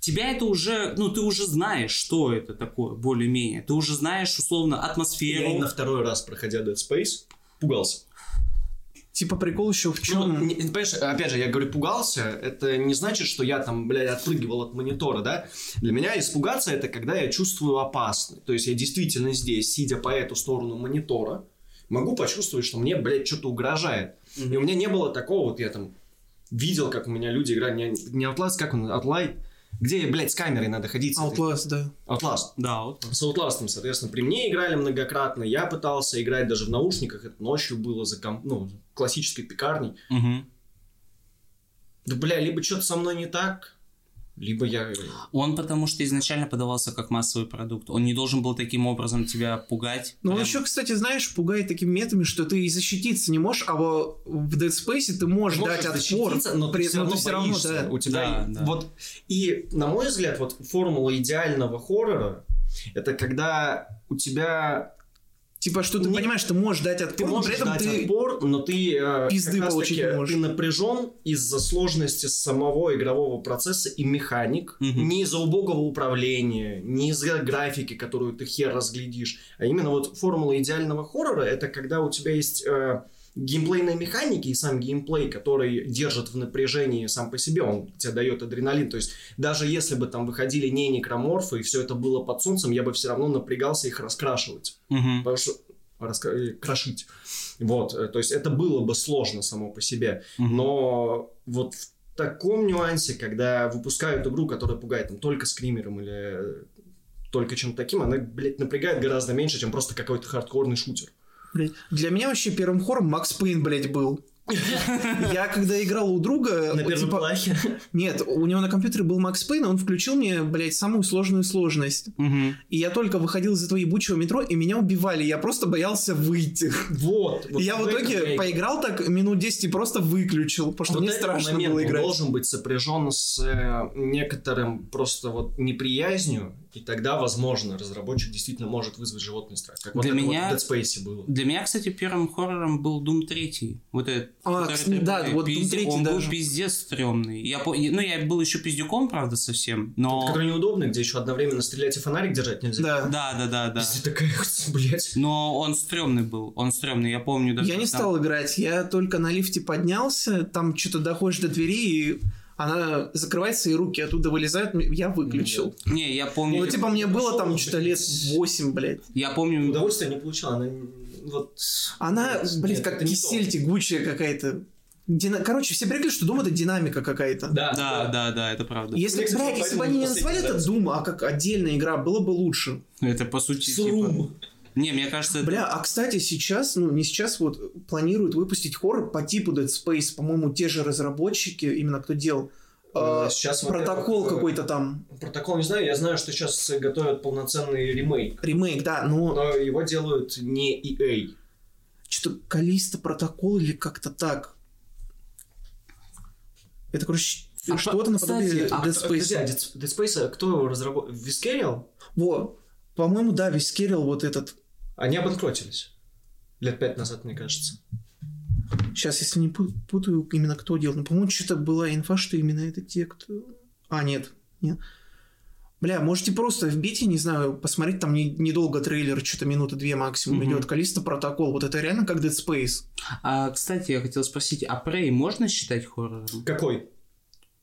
C: тебя это уже, ну, ты уже знаешь, что это такое, более-менее. Ты уже знаешь, условно,
A: Я
C: атмосферу.
A: на второй раз, проходя Dead Space, пугался.
B: Типа прикол еще в
A: Ну,
B: чем?
A: не- понимаешь, опять же, я говорю, пугался, это не значит, что я там, блядь, отпрыгивал от монитора, да? Для меня испугаться это когда я чувствую опасность. То есть я действительно здесь, сидя по эту сторону монитора, могу почувствовать, что мне, блядь, что-то угрожает. И у меня не было такого, вот я там видел, как у меня люди играли, не, не Outlast, как он, Outlast, где, блядь, с камерой надо ходить. с этой-
B: Outlast, да.
A: Outlast.
C: Да, вот.
A: С Outlast'ом, соответственно, при мне играли многократно. Я пытался играть даже в наушниках. Это ночью было за комп... ну, классической пекарней.
C: Мгм.
A: Да, бля, либо что-то со мной не так, либо я...
C: Он потому что изначально подавался как массовый продукт. Он не должен был таким образом тебя пугать.
B: Ну, он
C: Прям.
B: еще, кстати, знаешь, пугает такими методами, что ты и защититься не можешь, а во- в Dead Space ты можешь,
A: Можешь
B: дать отпор,
A: защититься, но ты
B: при- ну,
A: все равно,
B: всё равно,
A: боишься.
B: да.
A: У тебя
C: Да, да.
A: вот и на мой взгляд вот формула идеального хоррора это когда у тебя
B: Типа, что ты
A: Не-
B: понимаешь, ты можешь дать отпор,
A: ты
B: но при
A: можешь
B: этом
A: дать
B: ты...
A: отпор, но ты э,
B: пизды
A: как раз
B: получить
A: таки
B: не можешь.
A: ты напряжен из-за сложности самого игрового процесса и механик,
C: Мгм.
A: не из-за убогого управления, не из-за графики, которую ты хер разглядишь, а именно вот формула идеального хоррора это когда у тебя есть э, геймплейные механики и сам геймплей, который держит в напряжении сам по себе, он тебе дает адреналин. То есть даже если бы там выходили не некроморфы и все это было под солнцем, я бы все равно напрягался их раскрашивать.
C: Мгм.
A: Потому что раска- э, крошить. Вот, э, то есть это было бы сложно само по себе,
C: Мгм.
A: но вот в таком нюансе, когда выпускают игру, которая пугает там, только скримером или э, только чем-то таким, она, блядь, напрягает гораздо меньше, чем просто какой-то хардкорный шутер.
B: Блядь, Для меня вообще первым хором Макс Пейн, блядь, был. Я когда играл у друга...
A: На
B: вот,
A: первом
B: типа,
A: плахе.
B: Нет, у него на компьютере был Макс Пейн, и он включил мне, блядь, самую сложную сложность.
C: Мгм.
B: И я только выходил из этого ебучего метро, и меня убивали. Я просто боялся выйти.
A: Вот. вот
B: и я в
A: этом
B: итоге
A: и-
B: поиграл так минут 10 и просто выключил, потому что
A: вот
B: мне
A: этот
B: страшно
A: момент,
B: было
A: он
B: играть.
A: должен быть сопряжен с э, некоторым просто вот неприязнью, и тогда, возможно, разработчик действительно может вызвать животный страх. Как вот
C: Для
A: это вот
C: меня-
A: в Dead Space было.
C: Для меня, кстати, первым хоррором был Doom 3. Вот этот.
B: А,
C: который
B: кс-
C: ты
B: да,
C: говоришь,
B: вот Doom
C: пизде-
B: 3
C: Он был
B: даже.
C: пиздец стрёмный. Я, по- ну, я был еще пиздюком, правда, совсем, но...
A: Который неудобный, где еще одновременно стрелять и фонарик держать нельзя.
B: Да.
C: Да, да, да, да.
A: Если такая, блядь.
C: Но он стрёмный был, он стрёмный, я помню даже.
B: Я не
C: там-
B: стал играть, я только на лифте поднялся, там что-то доходишь до двери, и она закрывается, и руки оттуда вылезают, я выключил.
C: Не, я помню...
B: Ну, типа, мне было там
A: пошёл,
B: что-то лет
A: блядь.
B: 8, блядь.
C: Я помню...
A: Удовольствие не получала. Она вот...
B: Она,
A: Нет,
B: блядь,
A: нет,
B: как
A: это не
B: кисель тягучая какая-то. Дина- Короче, все привыкли, что Doom это динамика какая-то.
A: Да,
C: Да, да, да, это правда.
B: Если,
A: Мне, кстати,
B: блядь, если бы
A: поэтому
B: они не
A: последний
B: назвали это
A: раз.
B: Doom, а как отдельная игра, было бы лучше.
C: Это, по сути,
A: Срум.
C: типа... Не, мне кажется, это...
B: Бля, а кстати, сейчас, ну не сейчас, вот планируют выпустить хоррор по типу Dead Space, по-моему, те же разработчики, именно кто делал.
A: Э,
B: э,
A: сейчас вот
B: протокол
A: этот, э,
B: какой-то там,
A: Протокол не знаю, я знаю, что сейчас готовят полноценный ремейк.
B: ремейк, да, но
A: Но его делают не EA.
B: что-то Калиста протокол или как-то так. Это, короче,
C: А
B: что-то
C: по-
B: наподобие
C: кстати, а
B: Dead
A: Э, Подожди, а
B: Space.
A: Dead Dead Space, а кто его разработал? Viscerial?
B: Во, по-моему, да, весь Кирилл вот этот.
A: Они обанкротились. Лет пять назад, мне кажется.
B: Сейчас, если не пу- путаю, именно кто делал. Ну, по-моему, что-то была инфа, что именно это те, кто... А, нет. нет. Бля, можете просто вбить, я не знаю, посмотреть, там не- недолго трейлер, что-то минуты две максимум
C: Мгм.
B: идет, количество протокол. Вот это реально как Dead Space.
C: А, кстати, я хотел спросить, а Prey можно считать хоррором?
A: Какой?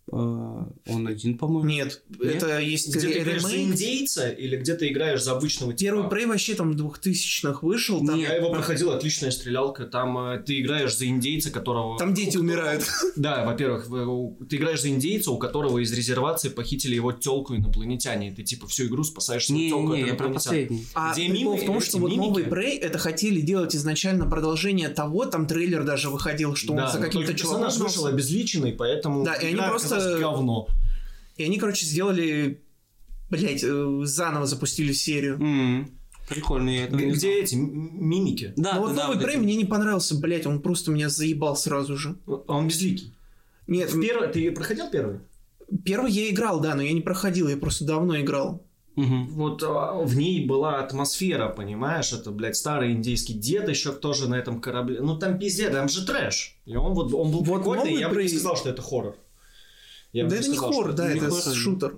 C: Э, он один, по-моему.
B: Нет, это есть
A: Где ты играешь за
B: ремейк.
A: индейца или где ты играешь за обычного типа?
B: Первый Prey вообще там 2000-х вышел, там,
C: Нет.
A: Я его проходил, отличная стрелялка. Там э, ты играешь за индейца, которого...
B: там дети умирают.
A: Да, во-первых, в- у- ты играешь за индейца, у которого из резервации похитили его телку инопланетяне. И ты типа всю игру спасаешь свою
C: Не,
A: телку
C: не, я про последний.
B: А
A: Где
B: прикол
A: мимы
B: в том,
A: эти,
B: что вот
A: мимики?
B: новый Prey это хотели делать изначально продолжение того, там трейлер даже выходил, что он за каким-то чуваком.
A: ну, персонаж вышел
B: гнался.
A: обезличенный, поэтому
B: Да, и они
A: игра оказалась
B: просто-
A: говно.
B: И они, короче, сделали, блять, заново запустили серию.
C: М, Прикольно, я этого
A: Г-
C: не
A: Где
C: знал.
A: эти м- м- мимики?
C: Да,
B: Но
C: да,
B: Ну, вот
C: да,
B: новый
C: вот
B: Prey
C: эти.
B: мне не понравился, блять, он просто меня заебал сразу же.
A: А Он безликий.
B: Нет,
A: В первый- Ты проходил первый?
B: первый я играл, да, но я не проходил, я просто давно играл.
C: Мгм.
A: Вот а, в ней была атмосфера, понимаешь? Это, блядь, старый индейский дед еще тоже на этом корабле. Ну там пиздец, там же трэш. И он вот он был
B: Вот
A: прикольный,
B: новый
A: я бы не
B: Prey-
A: сказал, что это хоррор. Я бы
B: да это не
A: сказал,
B: хоррор,
A: что
B: да,
C: не
B: это
C: хоррор, да.
B: шутер.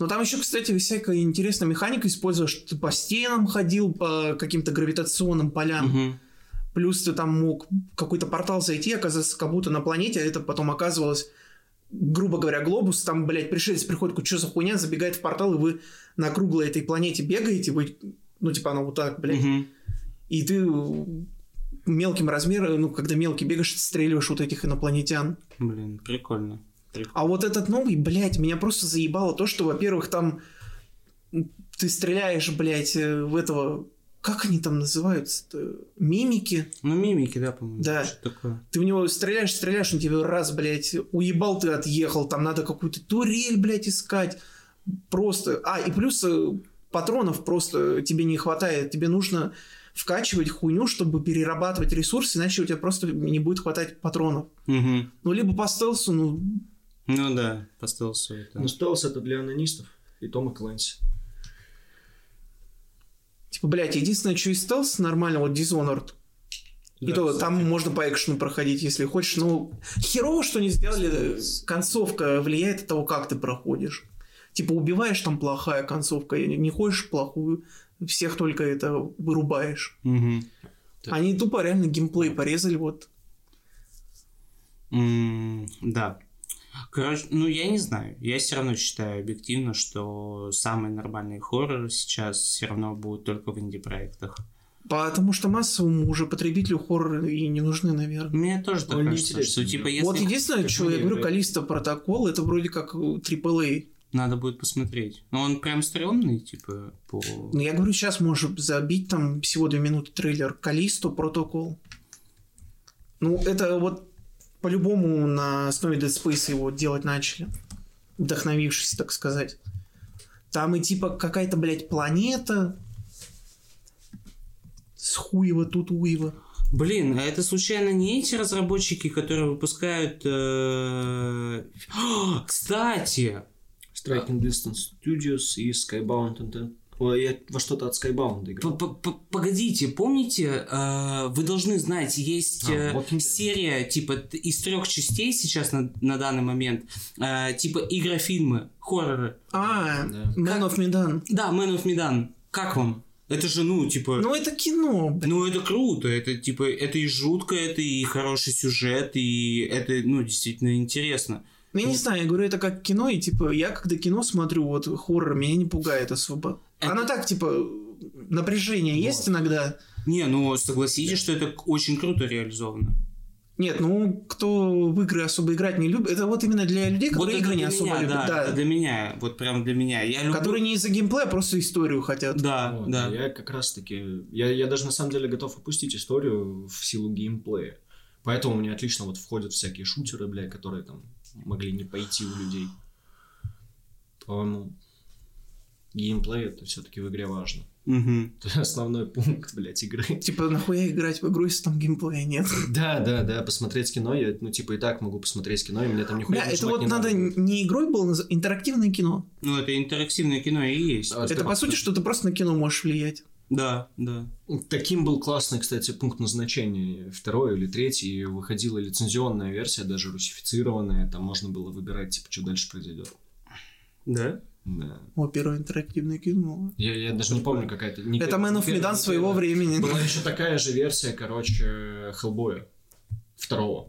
B: Но там еще, кстати, всякая интересная механика использовалась, что ты по стенам ходил, по каким-то гравитационным полям.
C: Мгм.
B: Плюс ты там мог в какой-то портал зайти, оказаться как будто на планете, а это потом оказывалось, грубо говоря, глобус, там, блядь, пришелец приходит, что за хуйня, забегает в портал, и вы на круглой этой планете бегаете, вы, ну, типа, она вот так, блядь,
C: Мгм.
B: и ты э, мелким размером, ну, когда мелкий бегаешь, отстреливаешь вот этих инопланетян.
C: Блин, прикольно. Прик-
B: А вот этот новый, блядь, меня просто заебало то, что, во-первых, там м, ты стреляешь, блядь, э, в этого... Как они там называются-то? Мимики?
C: Ну, мимики, да, по-моему.
B: Да.
C: Что такое?
B: Ты в него стреляешь, стреляешь, он тебе раз, блядь, уебал ты отъехал, там надо какую-то турель, блядь, искать. Просто... А, и плюс э, патронов просто тебе не хватает. Тебе нужно вкачивать хуйню, чтобы перерабатывать ресурсы, иначе у тебя просто не будет хватать патронов.
C: Мгм.
B: Ну, либо по стелсу, ну,
C: Ну да, поставил свой.
A: Ну, стелс это для анонистов и Тома Клэнси.
B: типа, блядь, единственное, что из стелса нормально, вот Dishonored. и то там можно по экшену проходить, если хочешь. Ну, херово, что не сделали. э, Концовка влияет от того, как ты проходишь. Типа убиваешь там плохая концовка, и не хочешь плохую, всех только это вырубаешь.
A: Так.
B: Они тупо реально геймплей порезали вот.
C: М, Да. Короче, ну я не знаю. Я все равно считаю объективно, что самые нормальные хорроры сейчас все равно будут только в инди-проектах.
B: Потому что массовому уже потребителю хорроры и не нужны, наверное.
C: Мне тоже так
A: Он
C: кажется,
A: неинтересен
C: что
A: мне.
C: типа если
B: вот единственное,
A: как
B: что
A: мне,
B: я говорю,
A: да.
B: Калиста протокол, это вроде как э, AAA.
C: надо будет посмотреть. Но он прям стрёмный, типа, по...
B: Но Ну, я говорю, сейчас можешь забить там всего две минуты трейлер Калисто протокол. Ну, это вот по-любому на основе Dead Space его делать начали. Вдохновившись, так сказать. Там и типа какая-то, блядь, планета. С хуева тут уева.
C: Блин, а это случайно не эти разработчики, которые выпускают... э, Кстати!
A: Striking Distance Studios и Skybound Entertainment. Ой, я во что-то от Skybound играл.
C: П-п-п- Погодите, помните, э, вы должны знать, есть
A: А,
C: э,
A: Walking Dead.
C: серия типа т- из трех частей сейчас на, на данный момент, э, типа игрофильмы, хорроры.
B: А,
A: Да.
B: Man of Medan.
C: Да, Man of Medan. Как вам? Это же, ну, типа... Ну,
B: Ну, это кино, блядь.
C: это круто, это типа, это и жутко, это и хороший сюжет, и это, ну, действительно интересно.
B: Ну, я не знаю, я говорю, это как кино, и типа, я когда кино смотрю, вот хоррор, меня не пугает особо.
C: Это-
B: Оно так, типа, напряжение есть иногда.
C: Не, ну, согласитесь, что это к- очень круто реализовано.
B: Нет, ну, кто в игры особо играть не любит, это вот именно для людей, которые
C: это
B: игры не
C: для
B: особо
C: меня,
B: любят,
C: да,
B: да.
C: это для меня, вот прям для меня. Я люблю...
B: Которые не из-за геймплея, а просто историю хотят.
C: Да,
A: Вот,
C: да.
A: и Я как раз таки... Я, я даже на самом деле готов опустить историю в силу геймплея. Поэтому мне отлично вот входят всякие шутеры, бля, которые там могли не пойти у людей. По-моему, геймплей это все-таки в игре важно.
C: Мгм.
A: Это основной пункт, блядь, игры.
B: Типа, нахуя играть в игру, если там геймплея нет?
A: Да, да, да, посмотреть кино, я, ну, типа, и так могу посмотреть кино, и мне там нихуя
B: Бля, это
A: нажимать
B: вот
A: не
B: надо не игрой было, наз- интерактивное кино.
C: Ну, это интерактивное кино и есть.
A: А,
B: Это, по сути, что ты просто на кино можешь влиять.
C: Да, да.
A: Таким был классный, кстати, пункт назначения. Второй или третий выходила лицензионная версия, даже русифицированная. Там можно было выбирать, типа, что дальше произойдет.
C: Да?
A: Да.
B: Опера интерактивное кино.
A: Я, я даже не помню, какая это. не
B: Это
A: первая-
B: Man of
A: первая,
B: Medan
A: не
B: своего
A: первая.
B: времени.
A: Была еще такая же версия, короче, Хеллбоя. Второго.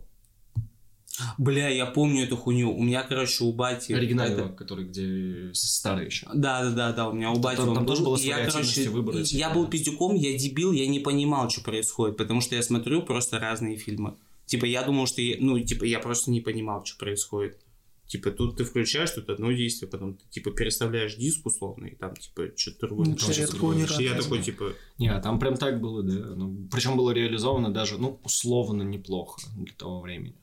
C: Бля, я помню эту хуйню. У меня, короче, у бати...
A: Оригинального, который где старый еще.
C: Да, да, да, да, у меня у
A: Там-
C: бати
A: там
C: он
A: тоже
C: был,
A: была
C: и я,
A: вариативность
C: короче,
A: выбора,
C: и
A: типа,
C: я
A: да.
C: был пиздюком, я дебил, я не понимал, что происходит, потому что я смотрю просто разные фильмы. Типа, я думал, что, я- ну, типа, я просто не понимал, что происходит. Типа, тут ты включаешь, тут одно действие, потом ты, типа, переставляешь диск условно, и там, типа, что-то другое.
B: Ну,
C: начинается.
A: что-то другое.
B: не
C: И я
B: радует.
C: такой, типа,
A: Не, а там прям так было, да. Ну, причем было реализовано даже, ну, условно неплохо для того времени.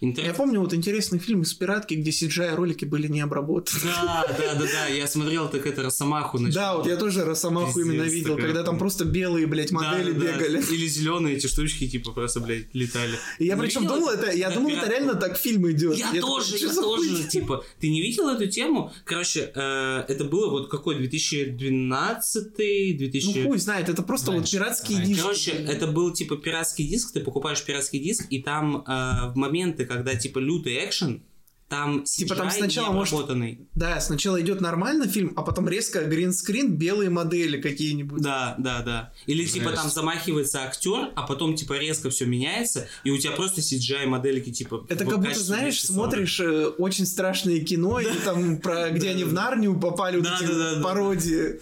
B: Я
C: интернет...
B: помню вот интересный фильм из «Пиратки», где CGI ролики были не обработаны.
C: Да, да, да, да, я смотрел, так это Росомаху
B: Да,
C: начинал.
B: вот я тоже Росомаху
C: Пиздец,
B: именно видел,
C: такая
B: когда там
C: хуйня.
B: просто белые, блядь,
C: Да,
B: модели
C: да, да.
B: бегали.
C: Или зеленые эти штучки, типа, просто, блядь, летали.
B: И я
C: Ну,
B: причем
C: видел
B: думал,
C: это?
B: это, я
C: Да,
B: думал, это
C: пиратку.
B: реально так фильм идет.
C: Я
B: такой,
C: тоже,
B: «Чё
C: я
B: за
C: тоже,
B: хуйня?»
C: типа, ты не видел эту тему? Короче, э, это было вот какой, 2012
B: Ну
C: 2000...
B: хуй знает, это просто вот
A: Раньше,
B: пиратские
A: раньше.
B: диски.
C: Короче, это был типа пиратский диск, ты покупаешь пиратский диск, и там э, в моменты, когда типа лютый экшен, там
B: Типа, там
C: CGI
B: сначала, может,
C: необработанный.
B: Да, сначала идет нормально фильм, а потом резко гринскрин, белые модели какие-нибудь.
C: Да, да, да. Или типа
A: Жесть.
C: там замахивается актер, а потом типа резко все меняется, и у тебя просто CGI модельки типа.
B: Это
C: в
B: как будто,
C: качестве
B: знаешь,
C: 240.
B: смотришь э, очень страшное кино, или там про где они в Нарнию попали, вот
C: Да,
B: эти
C: да, да, да.
B: пародии.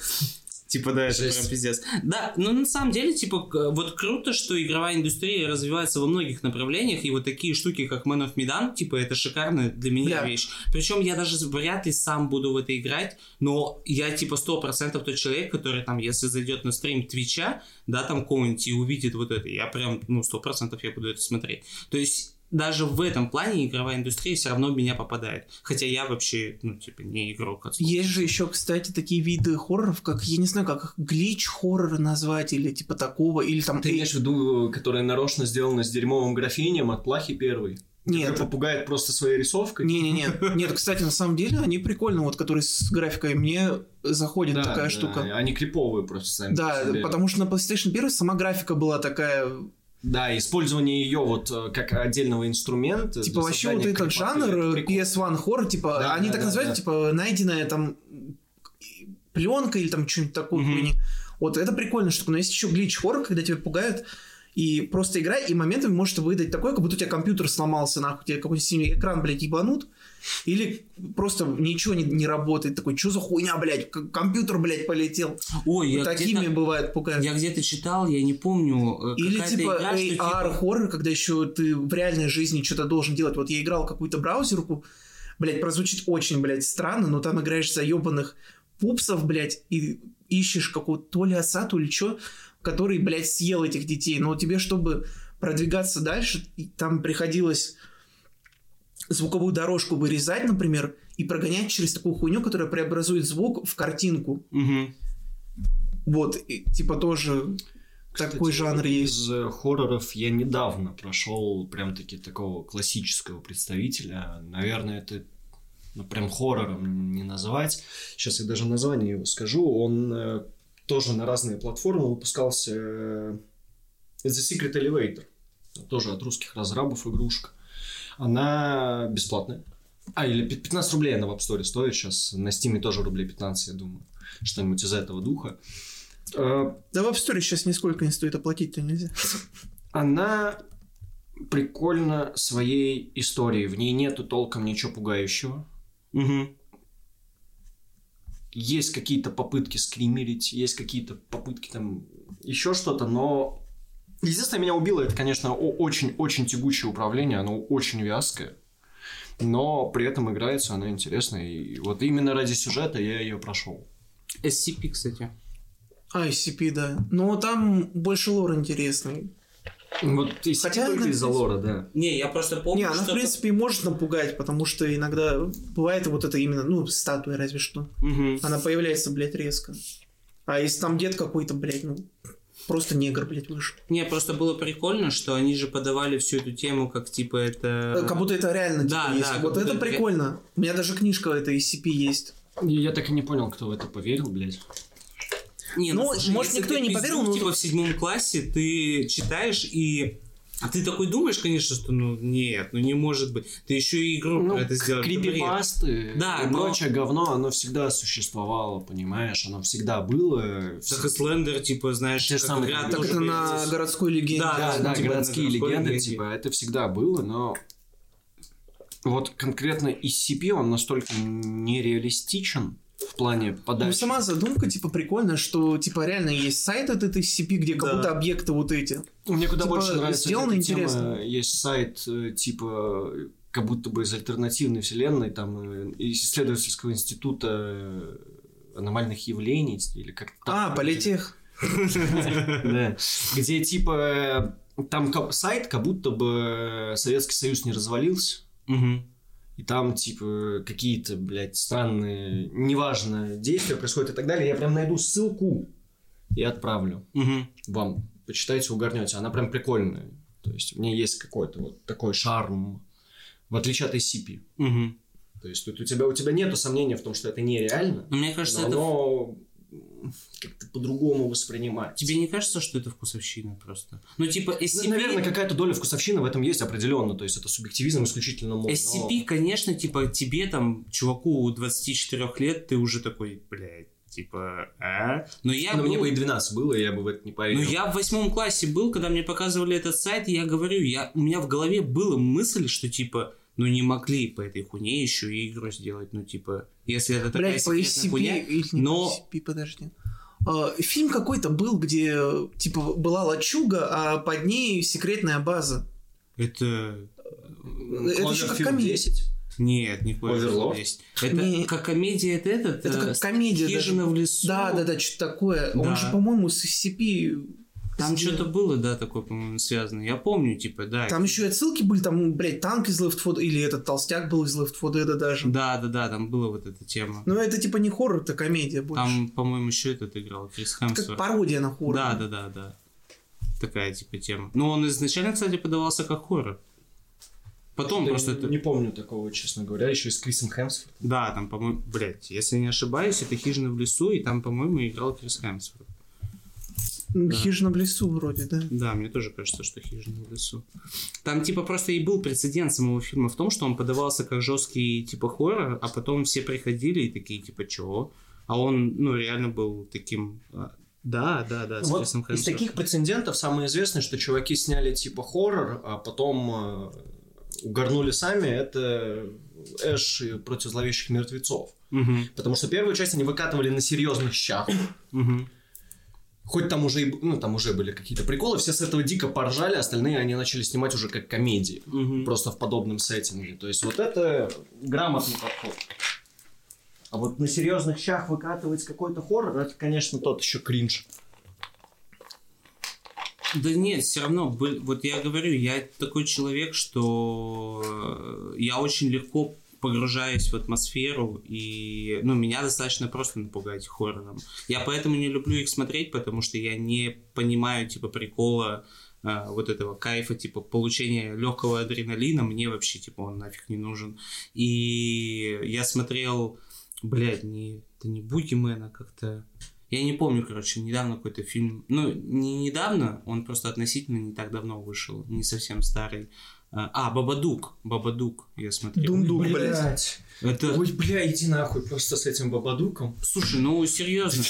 C: Типа, да, это
A: Жесть.
C: прям пиздец. Да, но на самом деле, типа, к- вот круто, что игровая индустрия развивается во многих направлениях, и вот такие штуки, как Man of Medan, типа, это шикарная для меня
B: Бля.
C: вещь. Причем я даже вряд ли сам буду в это играть, но я, типа, 100% тот человек, который, там, если зайдет на стрим Твича, да, там, какого-нибудь, и увидит вот это, я прям, ну, 100% я буду это смотреть. То есть, даже в этом плане игровая индустрия все равно в меня попадает. Хотя я вообще, ну, типа, не игрок. от слова.
B: Есть же еще, кстати, такие виды хорроров, как, я не знаю, как их глич хоррора назвать, или типа такого, или там...
A: Ты
B: э,
A: имеешь в виду, которая нарочно сделана с дерьмовым графением от Плахи первый?
B: Нет,
A: Который попугает просто своей рисовкой?
B: не-не-не. Нет, кстати, на самом деле они прикольно, вот которые с графикой. Мне заходит
A: Да,
B: такая
A: да,
B: штука.
A: Они криповые просто сами.
B: Да,
A: по себе.
B: потому что на PlayStation 1 сама графика была такая...
A: Да, использование ее вот э, как отдельного инструмента.
B: типа
A: для
B: вообще вот
A: создания
B: этот
A: крипоты,
B: жанр
A: это
B: э,
A: прикольно.
B: PS1 хоррор, типа,
A: Да,
B: они
A: да,
B: так
A: да,
B: называют,
A: да.
B: типа, найденная там пленка или там что-нибудь такое.
C: Мгм.
B: хуйни. Вот это прикольная штука. Но есть еще глич хоррор, когда тебя пугают, и просто игра, и моментами может выдать такое, как будто у тебя компьютер сломался, нахуй, тебе какой-то синий экран, блядь, ебанут. Или просто ничего не, не работает. Такой, что за хуйня, блядь, к- компьютер, блядь, полетел.
C: Ой, я
B: Вот такими
C: где-то-
B: бывает пугают.
C: Я где-то читал, я не помню. э,
B: Или
C: какая-то
B: типа
C: игра, что, типа,
B: AR хоррор, когда еще ты в реальной жизни что-то должен делать. Вот я играл какую-то браузерку, блядь, прозвучит очень, блядь, странно, но там играешь заебанных пупсов, блядь, и ищешь какого-то то ли оса, то ли что, который, блядь, съел этих детей. Но тебе, чтобы продвигаться дальше, и там приходилось звуковую дорожку вырезать, например, и прогонять через такую хуйню, которая преобразует звук в картинку.
C: мгм.
B: Вот, и, типа тоже такой
A: Кстати,
B: жанр есть.
A: Из э, хорроров я недавно прошел прям-таки такого классического представителя. Наверное, это ну, прям хоррором не называть. Сейчас я даже название его скажу. Он э, тоже на разные платформы выпускался. э, The Secret Elevator. Тоже от русских разрабов игрушка. Она бесплатная. А, или пи- 15 рублей она в App Store стоит сейчас. На Steam тоже рублей 15, я думаю. Что-нибудь из этого духа. Э,
B: Да в App Store сейчас нисколько не стоит оплатить-то нельзя.
A: она прикольна своей историей. В ней нету толком ничего пугающего.
C: Мгм.
A: Есть какие-то попытки скримерить, есть какие-то попытки там еще что-то, но... Единственное, меня убило, это, конечно, о- очень-очень тягучее управление, оно очень вязкое. Но при этом играется она интересно. И вот именно ради сюжета я ее прошел.
C: SCP, кстати.
B: А, SCP, да. Но там больше лор интересный.
A: Вот и
B: Хотя
A: только
B: она,
A: из-за
B: кстати,
A: лора, да.
C: Не, я просто помню,
B: Не, она, в
C: что-то-
B: принципе, и может напугать, потому что иногда бывает вот это именно, ну, статуя разве что.
C: Мгм.
B: Она появляется, блядь, резко. А если там дед какой-то, блядь, ну, просто негр, блядь, вышел.
C: Не, просто было прикольно, что они же подавали всю эту тему, как типа это...
B: Э, Как будто это реально типа,
C: да,
B: есть.
C: да, как
B: вот
C: будто
B: это
C: это ре-
B: прикольно. У меня даже книжка этой SCP есть.
A: И Я так и не понял, кто в это поверил, блядь.
C: Не,
B: ну, может,
C: если
B: никто
C: ты
B: и не
C: пиздюк,
B: поверил, но-
C: Типа в седьмом классе ты читаешь и А ты такой думаешь, конечно, что ну нет, ну не может быть. Ты еще и игру
A: Ну,
C: про это
A: к-
C: сделаешь.
A: крипипасты
C: Да,
A: и
C: но-
A: прочее говно, оно всегда существовало, понимаешь? Оно всегда было.
C: Да бред. Так и Слендер, типа, знаешь,
A: Те же самые
C: игра
A: как
B: Так
C: тоже
B: это на
C: появилась.
B: городской легенде.
C: Да,
A: да, да, городские
C: типа, на городской
A: легенды,
C: легенде.
A: типа, это всегда было, но вот конкретно SCP, он настолько нереалистичен в плане
B: Ну,
A: подачи.
B: сама задумка, типа, прикольная, что, типа, реально есть сайт от этой SCP, где как
C: Да.
B: будто объекты вот эти.
A: Мне куда
B: типа,
A: больше нравится
B: сделано
A: эта тема.
B: интересно.
A: Есть сайт, э, типа, э, как будто бы из альтернативной вселенной, там, э, из исследовательского института э, аномальных явлений, или как-то так.
B: а, политех.
A: Да. Где, типа, э, там ка- сайт, как будто бы Советский Союз не развалился.
C: Мгм.
A: И там, типа, какие-то, блядь, странные, неважно, действия происходят и так далее. Я прям найду ссылку и отправлю
C: Мгм.
A: вам. Почитайте, угорнете. Она прям прикольная. То есть, в ней есть какой-то вот такой шарм, в отличие от SCP.
C: Мгм.
A: То есть, тут у тебя, у тебя нету сомнения в том, что это нереально.
C: Но Ну, Мне кажется,
A: но
C: это...
A: оно м, как-то по-другому воспринимать.
C: Тебе не кажется, что это вкусовщина просто? Ну, типа, SCP...
A: Наверное, какая-то доля вкусовщины в этом есть определенно. То есть, это субъективизм исключительно мой. но-
C: SCP, конечно, типа, тебе там, чуваку 24 лет, ты уже такой, блядь, типа, а? Но я
B: Ну,
A: Но ну, мне
C: был-
A: бы и 12 было, я бы в это не
C: Ну,
A: поверил.
C: я в восьмом классе был, когда мне показывали этот сайт, и я говорю, я, у меня в голове была мысль, что типа, ну не могли по этой хуйне еще и игру сделать, ну типа, если это такая
B: Блять, по
C: секретная
B: SCP,
C: хуйня.
B: или не
C: но-
B: по SCP, подожди. А, Фильм какой-то был, где, типа, была лачуга, а под ней секретная база.
C: Это...
B: Ну, это ещё как
A: Cloverfield
B: комедия.
A: 10.
C: Нет, не
A: Оверлорд?
C: здесь. Это
B: Не.
C: как комедия, это этот...
B: Это
C: э,
B: как комедия
C: хижина
B: даже.
C: в лесу.
B: Да, да, да, что-то такое.
C: Да.
B: Он же, по-моему, с SCP...
C: Там
B: сделал.
C: что-то было, да, такое, по-моему, связано. Я помню, типа, да.
B: Там еще и отсылки были, там, блядь, танк из Left 4 или этот толстяк был из Left 4 Dead даже.
C: Да, да, да, там была вот эта тема.
B: Но это типа не хоррор, это комедия больше.
C: Там, по-моему, еще этот играл, Крис Хемсворт.
B: Как пародия на хоррор.
C: Да, да, да, да. Такая типа тема. Но он изначально, кстати, подавался как хоррор. Потом
A: Я
C: просто
A: не,
C: это...
A: не помню такого, честно говоря, еще и с Крисом Хемсфордом.
C: Да, там, по-моему, блядь, если не ошибаюсь, это «Хижина в лесу», и там, по-моему, играл Крис Хемсворт.
B: Ну,
C: Да.
B: Хижина в лесу вроде, да.
C: Да, мне тоже кажется, что «Хижина в лесу». Там, типа, просто и был прецедент самого фильма в том, что он подавался как жесткий, типа, хоррор, а потом все приходили и такие, типа, чего? А он, ну, реально был таким... а, Да, да, да, с
A: Вот
C: Крисом
A: из
C: Хемсвортом.
A: таких прецедентов самое известное, что чуваки сняли типа хоррор, а потом э, угорнули сами, это Эш и против зловещих мертвецов.
C: Мгм,
A: Потому что первую часть они выкатывали на серьезных щах.
C: мгм.
A: Хоть там уже, и б- ну, там уже были какие-то приколы, все с этого дико поржали, остальные они начали снимать уже как комедии.
C: Мгм.
A: просто в подобном сеттинге. То есть вот это грамотный подход. А вот на серьезных щах выкатывать какой-то хоррор, это, конечно, тот еще кринж.
C: Да нет, все равно, бы- вот я говорю, я такой человек, что э, я очень легко погружаюсь в атмосферу, и ну, меня достаточно просто напугать хоррором. Я поэтому не люблю их смотреть, потому что я не понимаю, типа, прикола э, вот этого кайфа, типа, получения легкого адреналина, мне вообще, типа, он нафиг не нужен. И я смотрел, блядь, не, это не Букимена как-то... Я не помню, короче, недавно какой-то фильм. Ну, не недавно, он просто относительно не так давно вышел, не совсем старый. А, а, Бабадук. Бабадук, я смотрел.
B: Дундук, блядь.
C: Это.
A: Ой, бля, иди нахуй просто с этим бабадуком.
C: Слушай, ну серьезно.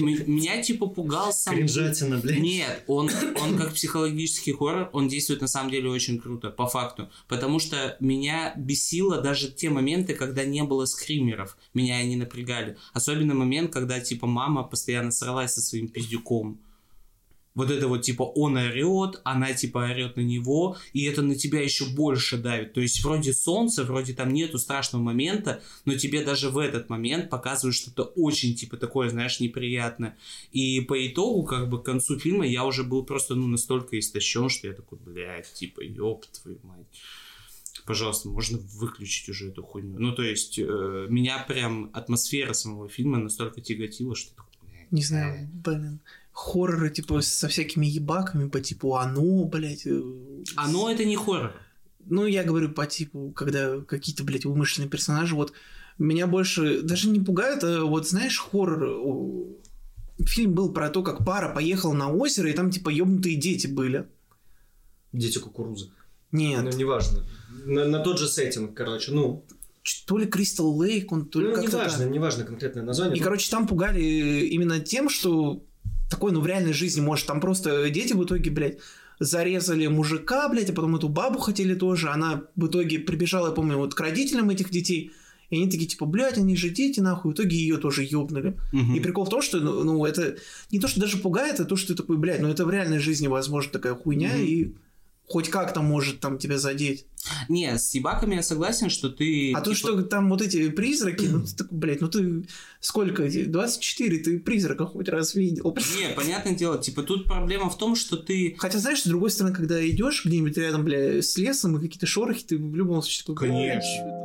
C: М- Меня типа пугал сам.
A: Кринжатина, блядь.
C: Нет, он, он как психологический хоррор, он действует на самом деле очень круто, по факту. Потому что меня бесило даже те моменты, когда не было скримеров. Меня они напрягали. Особенно момент, когда типа мама постоянно сралась со своим пиздюком. Вот это вот типа он орет, она типа орет на него, и это на тебя еще больше давит. То есть вроде солнца, вроде там нету страшного момента, но тебе даже в этот момент показывают что-то очень типа такое, знаешь, неприятное. И по итогу, как бы, к концу фильма я уже был просто, ну, настолько истощен, что я такой, блядь, типа, ёб твою мать. Пожалуйста, можно выключить уже эту хуйню. Ну, то есть, э, меня прям атмосфера самого фильма настолько тяготила, что я такой, блядь.
B: Не знаю, блин. Хорроры, типа, со всякими ебаками по типу «Оно», блядь. э,
C: Оно А, это не хоррор.
B: Ну, я говорю по типу, когда какие-то, блядь, умышленные персонажи, вот, меня больше даже не пугают, а вот, знаешь, хоррор... о, Фильм был про то, как пара поехала на озеро, и там, типа, ёбнутые дети были.
A: Дети кукурузы.
B: Нет.
A: Ну, неважно. На, на тот же сеттинг, короче, ну.
B: Ч- То ли Кристал Лейк, он то ли
A: ну,
B: как-то
A: неважно,
B: так.
A: неважно конкретное название.
B: И, короче, там пугали э, именно тем, что такое, ну, в реальной жизни может. Там просто дети в итоге, блядь, зарезали мужика, блядь, а потом эту бабу хотели тоже. Она в итоге прибежала, я помню, вот к родителям этих детей. И они такие, типа, блядь, они же дети, нахуй. В итоге ее тоже ёбнули.
C: Мгм.
B: И прикол в том, что, ну, ну, это не то, что даже пугает, а то, что ты такой, блядь, ну, это в реальной жизни, возможно, такая хуйня,
C: Мгм.
B: и хоть как-то может там тебя задеть.
C: Не, с ебаками я согласен, что ты...
B: а то,
C: типа,
B: что там вот эти призраки, ну, ты такой, блядь, ну, ты сколько, эти, 24, ты призрака хоть раз видел.
C: Не, понятное дело, типа тут проблема в том, что ты...
B: Хотя, знаешь, с другой стороны, когда идешь где-нибудь рядом, бля, с лесом и какие-то шорохи, ты в любом случае такой, бля,
A: Конечно.